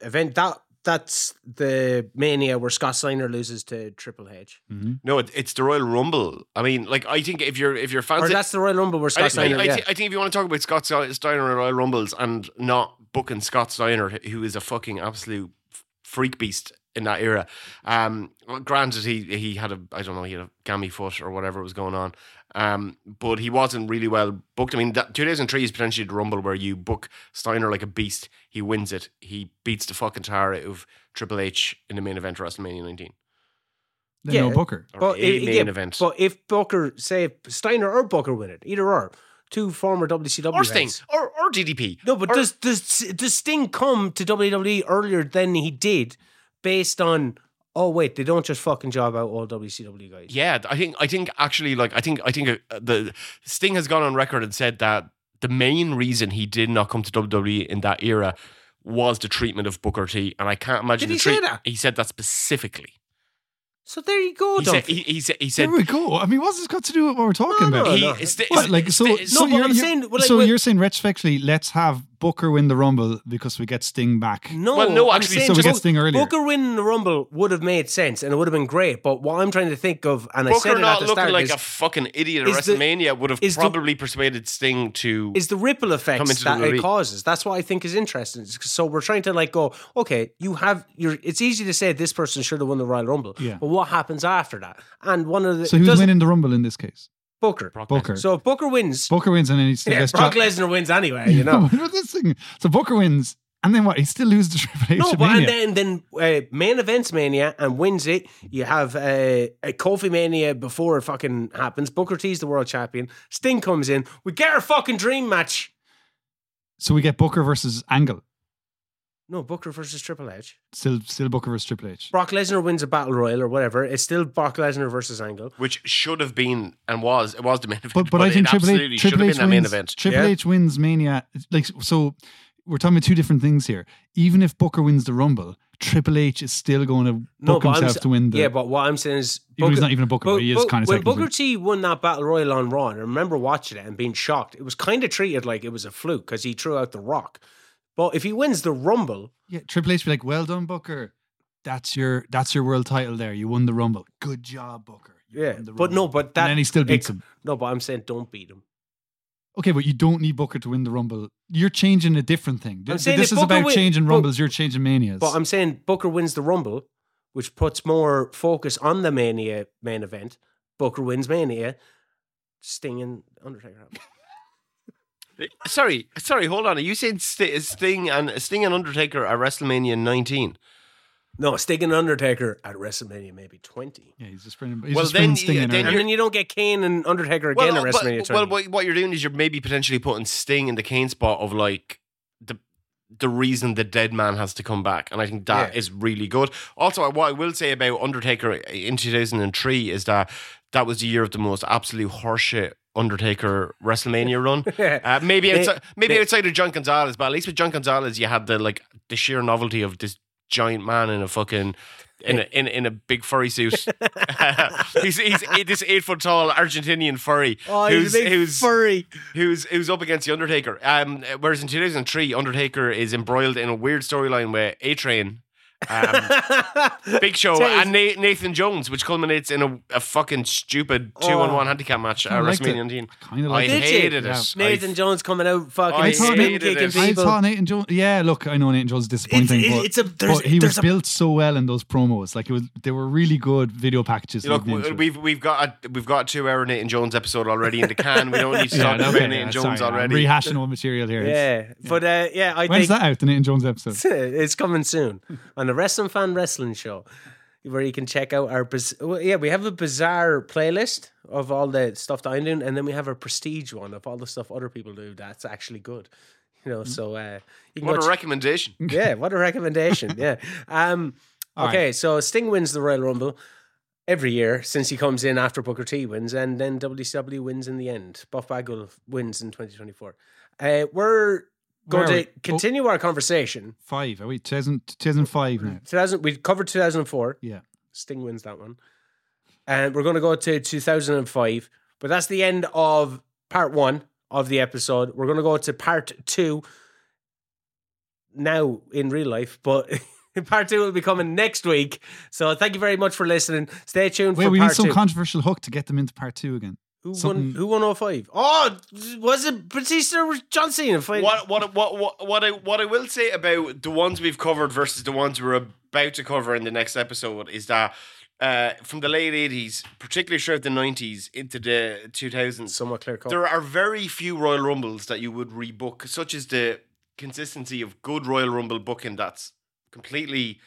Speaker 1: event that that's the mania where Scott Steiner loses to Triple H,
Speaker 3: Mm-hmm.
Speaker 2: No, it, it's the Royal Rumble. I mean, like I think if you're if you're
Speaker 1: or
Speaker 2: fans,
Speaker 1: that's the Royal Rumble where
Speaker 2: I, I,
Speaker 1: Scott Steiner.
Speaker 2: I
Speaker 1: yeah.
Speaker 2: thi- I think if you want to talk about Scott Ste- Steiner and Royal Rumbles and not booking Scott Steiner, who is a fucking absolute f- freak beast in that era. Um, well, granted, he he had a I don't know he had a gammy foot or whatever was going on, um, but he wasn't really well booked. I mean, that 2003 is potentially the Rumble where you book Steiner like a beast. He wins it. He beats the fucking tar out of Triple H in the main event of WrestleMania 19
Speaker 3: No
Speaker 1: Yeah.
Speaker 3: Booker.
Speaker 2: or
Speaker 1: But
Speaker 2: a
Speaker 1: it-
Speaker 2: main
Speaker 1: yeah,
Speaker 2: event.
Speaker 1: But if Booker, say if Steiner or Booker win it, either or, two former WCW
Speaker 2: or Sting,
Speaker 1: heads.
Speaker 2: or, or DDP.
Speaker 1: No, but
Speaker 2: Or-
Speaker 1: does, does does Sting come to WWE earlier than he did, based on oh wait they don't just fucking job out all WCW guys.
Speaker 2: Yeah, I think I think actually, like I think I think uh, the Sting has gone on record and said that the main reason he did not come to WWE in that era was the treatment of Booker T, and I can't
Speaker 1: Did
Speaker 2: imagine. the
Speaker 1: he say
Speaker 2: treat-
Speaker 1: that?
Speaker 2: He said that specifically.
Speaker 1: So there you go.
Speaker 2: He said,
Speaker 1: Dunphy.
Speaker 2: he, he said he said
Speaker 3: There we go. I mean, what's this got to do with what we're talking
Speaker 1: No, no,
Speaker 3: about?
Speaker 2: he,
Speaker 1: no.
Speaker 2: Sti-
Speaker 3: What, like so,
Speaker 2: Sti-
Speaker 3: so
Speaker 1: but
Speaker 3: you're,
Speaker 1: I'm
Speaker 3: you're-
Speaker 1: saying, well, like,
Speaker 3: so
Speaker 1: well-
Speaker 3: you're saying retrospectively, let's have Booker win the Rumble because we get Sting back.
Speaker 1: no,
Speaker 2: well, no,
Speaker 1: I'm
Speaker 2: actually,
Speaker 1: saying
Speaker 3: so we get
Speaker 1: Bo-
Speaker 3: Sting earlier.
Speaker 1: Booker winning the Rumble would have made sense and it would have been great. But what I'm trying to think of, and I said
Speaker 2: Booker
Speaker 1: it at
Speaker 2: not
Speaker 1: the
Speaker 2: looking
Speaker 1: start,
Speaker 2: like
Speaker 1: is,
Speaker 2: a fucking idiot at
Speaker 1: is the-
Speaker 2: WrestleMania would have
Speaker 1: is the-
Speaker 2: probably persuaded Sting to.
Speaker 1: is the ripple
Speaker 2: Come
Speaker 1: effects
Speaker 2: into
Speaker 1: that
Speaker 2: the
Speaker 1: it
Speaker 2: movie.
Speaker 1: causes. That's what I think is interesting. It's- So we're trying to like go, okay, you have your. It's easy to say this person should have won the Royal Rumble,
Speaker 3: Yeah.
Speaker 1: but what happens after that? And one of the
Speaker 3: So who's
Speaker 1: doesn't-
Speaker 3: winning the Rumble in this case?
Speaker 1: Booker.
Speaker 2: Brock Lesnar.
Speaker 3: Booker.
Speaker 1: So if Booker wins.
Speaker 3: Booker wins, and then he still
Speaker 1: yeah,
Speaker 3: gets
Speaker 1: Brock
Speaker 3: jo-
Speaker 1: Lesnar wins anyway, you know.
Speaker 3: What about this thing? So Booker wins, and then what? He still loses to Triple H.
Speaker 1: No,
Speaker 3: at
Speaker 1: but
Speaker 3: Mania.
Speaker 1: and then then uh, main events mania and wins it. You have uh, a Kofi mania before it fucking happens. Booker T's the world champion. Sting comes in. We get our fucking dream match.
Speaker 3: so we get Booker versus Angle.
Speaker 1: No, Booker versus Triple H.
Speaker 3: Still, still Booker versus Triple H.
Speaker 1: Brock Lesnar wins a battle royal or whatever. It's still Brock Lesnar versus Angle.
Speaker 2: which should have been and was it was the main event,
Speaker 3: But, but I
Speaker 2: it
Speaker 3: think Triple
Speaker 2: absolutely
Speaker 3: H, Triple
Speaker 2: should
Speaker 3: H
Speaker 2: have been that main
Speaker 3: wins.
Speaker 2: event.
Speaker 3: Triple
Speaker 1: Yeah.
Speaker 3: H wins Mania. Like so, we're talking about two different things here. Even if Booker wins the Rumble, Triple H is still going to book
Speaker 1: No, but I'm
Speaker 3: himself
Speaker 1: sa-
Speaker 3: to win the.
Speaker 1: yeah, but what I'm saying is
Speaker 3: even if he's
Speaker 1: Booker-
Speaker 3: not even a Booker,
Speaker 1: Bo-
Speaker 3: but he is
Speaker 1: Bo-
Speaker 3: kind of
Speaker 1: when
Speaker 3: technically.
Speaker 1: Booker T won that battle royal on Raw, and I remember watching it and being shocked. It was kind of treated like it was a fluke because he threw out the Rock. But if he wins the Rumble,
Speaker 3: Yeah, Triple H be like, "Well done, Booker. That's your that's your world title there. You won the Rumble. Good job, Booker. You
Speaker 1: yeah.
Speaker 3: won the
Speaker 1: But
Speaker 3: Rumble."
Speaker 1: no, but that
Speaker 3: and then he still beats
Speaker 1: it-
Speaker 3: him.
Speaker 1: No, but I'm saying don't beat him.
Speaker 3: Okay, but you don't need Booker to win the Rumble. You're changing a different thing. Th-
Speaker 1: saying
Speaker 3: this
Speaker 1: if
Speaker 3: is
Speaker 1: Booker
Speaker 3: about
Speaker 1: win-
Speaker 3: changing
Speaker 1: but-
Speaker 3: Rumbles. You're changing Manias.
Speaker 1: But I'm saying Booker wins the Rumble, which puts more focus on the Mania main event. Booker wins Mania. Sting and Undertaker. happen.
Speaker 2: Sorry, sorry, hold on. Are you saying Sti- Sting and Sting and Undertaker at WrestleMania 19?
Speaker 1: No, Sting and Undertaker at WrestleMania maybe twenty.
Speaker 3: Yeah, he's just bringing. He's
Speaker 2: Well,
Speaker 3: just
Speaker 2: then
Speaker 3: bringing
Speaker 2: you-
Speaker 3: Sting in
Speaker 2: then
Speaker 1: And
Speaker 3: early.
Speaker 1: then you don't get Kane and Undertaker again at
Speaker 2: but-
Speaker 1: WrestleMania
Speaker 2: uh, but,
Speaker 1: 20.
Speaker 2: what, what you're doing is you're maybe potentially putting Sting in the Kane spot of like the the reason the dead man has to come back, and I think that is
Speaker 1: Yeah.
Speaker 2: really good. Also, what I will say about Undertaker in 2003 is that that was the year of the most absolute horseshit Undertaker WrestleMania run. Uh, maybe
Speaker 1: They-
Speaker 2: outside, maybe
Speaker 1: they-
Speaker 2: outside of John Gonzalez, but at least with John Gonzalez, you had the like the sheer novelty of this giant man in a fucking in a in, in a big furry suit. he's he's eight- this eight foot tall Argentinian furry
Speaker 1: oh,
Speaker 2: who's
Speaker 1: he's a big
Speaker 2: who's,
Speaker 1: furry.
Speaker 2: who's who's up against the Undertaker. Um, whereas in 2003, Undertaker is embroiled in a weird storyline where A Train. Um, Big Show
Speaker 1: Tell you-
Speaker 2: and Na- Nathan Jones, which culminates in a, a fucking stupid two on one handicap match at
Speaker 3: Kinda liked
Speaker 2: WrestMania
Speaker 3: it.
Speaker 2: 19.
Speaker 3: Kind of
Speaker 2: I
Speaker 3: like.
Speaker 1: Did
Speaker 3: it.
Speaker 1: you?
Speaker 2: hated
Speaker 3: Yeah.
Speaker 2: it.
Speaker 1: Nathan
Speaker 2: I
Speaker 1: Jones coming out
Speaker 2: I
Speaker 1: fucking spin
Speaker 2: hated
Speaker 1: kicking
Speaker 2: it. I
Speaker 3: I
Speaker 1: people.
Speaker 3: thought Nathan Jones. Yeah, look, I know Nathan Jones is
Speaker 1: it's,
Speaker 3: disappointing,
Speaker 1: it's,
Speaker 3: but,
Speaker 1: it's a there's,
Speaker 3: but he was
Speaker 1: there's a
Speaker 3: built so well in those promos. Like it was, they were really good video packages.
Speaker 2: Look,
Speaker 3: leading
Speaker 2: we-
Speaker 3: into it.
Speaker 2: we've we've got a we've got a two hour Nathan Jones episode already in the can. We don't need to
Speaker 3: yeah,
Speaker 2: talk about
Speaker 3: okay,
Speaker 2: Nathan
Speaker 3: yeah,
Speaker 2: Jones
Speaker 3: sorry, I'm
Speaker 2: already.
Speaker 3: rehashing old material here. It's-
Speaker 1: yeah, but uh, yeah, I
Speaker 3: When's
Speaker 1: think
Speaker 3: that out? The Nathan Jones episode.
Speaker 1: it's coming soon on the Wrestling Fan Wrestling Show, where you can check out our biz- well, yeah, we have a bizarre playlist of all the stuff that I'm doing, and then we have a prestige one of all the stuff other people do that's actually good. You know, so uh, you can
Speaker 2: What
Speaker 1: go
Speaker 2: a recommendation!
Speaker 1: ch- yeah, what a recommendation. yeah. Um,
Speaker 3: All right.
Speaker 1: okay, so Sting wins the Royal Rumble every year since he comes in after Booker T wins, and then WCW wins in the end. Buff Bagwell wins in 2024. Uh, we're
Speaker 3: Where
Speaker 1: going
Speaker 3: are
Speaker 1: to
Speaker 3: we? Oh.
Speaker 1: continue our conversation.
Speaker 3: Five. Are we 2000, 2005 now?
Speaker 1: 2000 we covered 2004
Speaker 3: Yeah.
Speaker 1: sting wins that one and we're going to go to 2005 but that's the end of part one of the episode we're going to go to part two now in real life but part two will be coming next week so thank you very much for listening stay tuned
Speaker 3: Wait,
Speaker 1: for
Speaker 3: we
Speaker 1: part
Speaker 3: need some
Speaker 1: two
Speaker 3: controversial hook to get them into part two again.
Speaker 1: who, won,
Speaker 3: something-
Speaker 1: who won 05 oh was it Batista or John Cena fight?
Speaker 2: What what what what what I what I will say about the ones we've covered versus the ones we're about to cover in the next episode is that uh, from the late eighties, particularly throughout the nineties into the two thousands,
Speaker 1: somewhat clear cut
Speaker 2: There are very few Royal Rumbles that you would rebook, such as the consistency of good Royal Rumble booking that's completely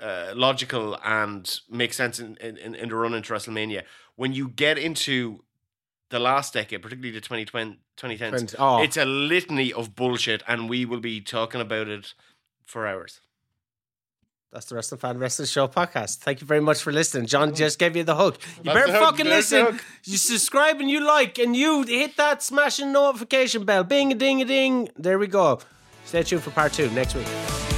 Speaker 2: uh, logical and makes sense in, in, in the run into WrestleMania. When you get into the last decade, particularly the 2020, 2010s,
Speaker 1: And- oh,
Speaker 2: it's a litany of bullshit, and we will be talking about it for hours.
Speaker 1: That's the Wrestling Fan Wrestling Show podcast. Thank you very much for listening. John just gave you the hook. You
Speaker 2: That's
Speaker 1: better
Speaker 2: the hook,
Speaker 1: fucking
Speaker 2: there's the
Speaker 1: listen.
Speaker 2: hook.
Speaker 1: You subscribe and you like and you hit that smashing notification bell. Bing a ding a ding. There we go. Stay tuned for part two next week.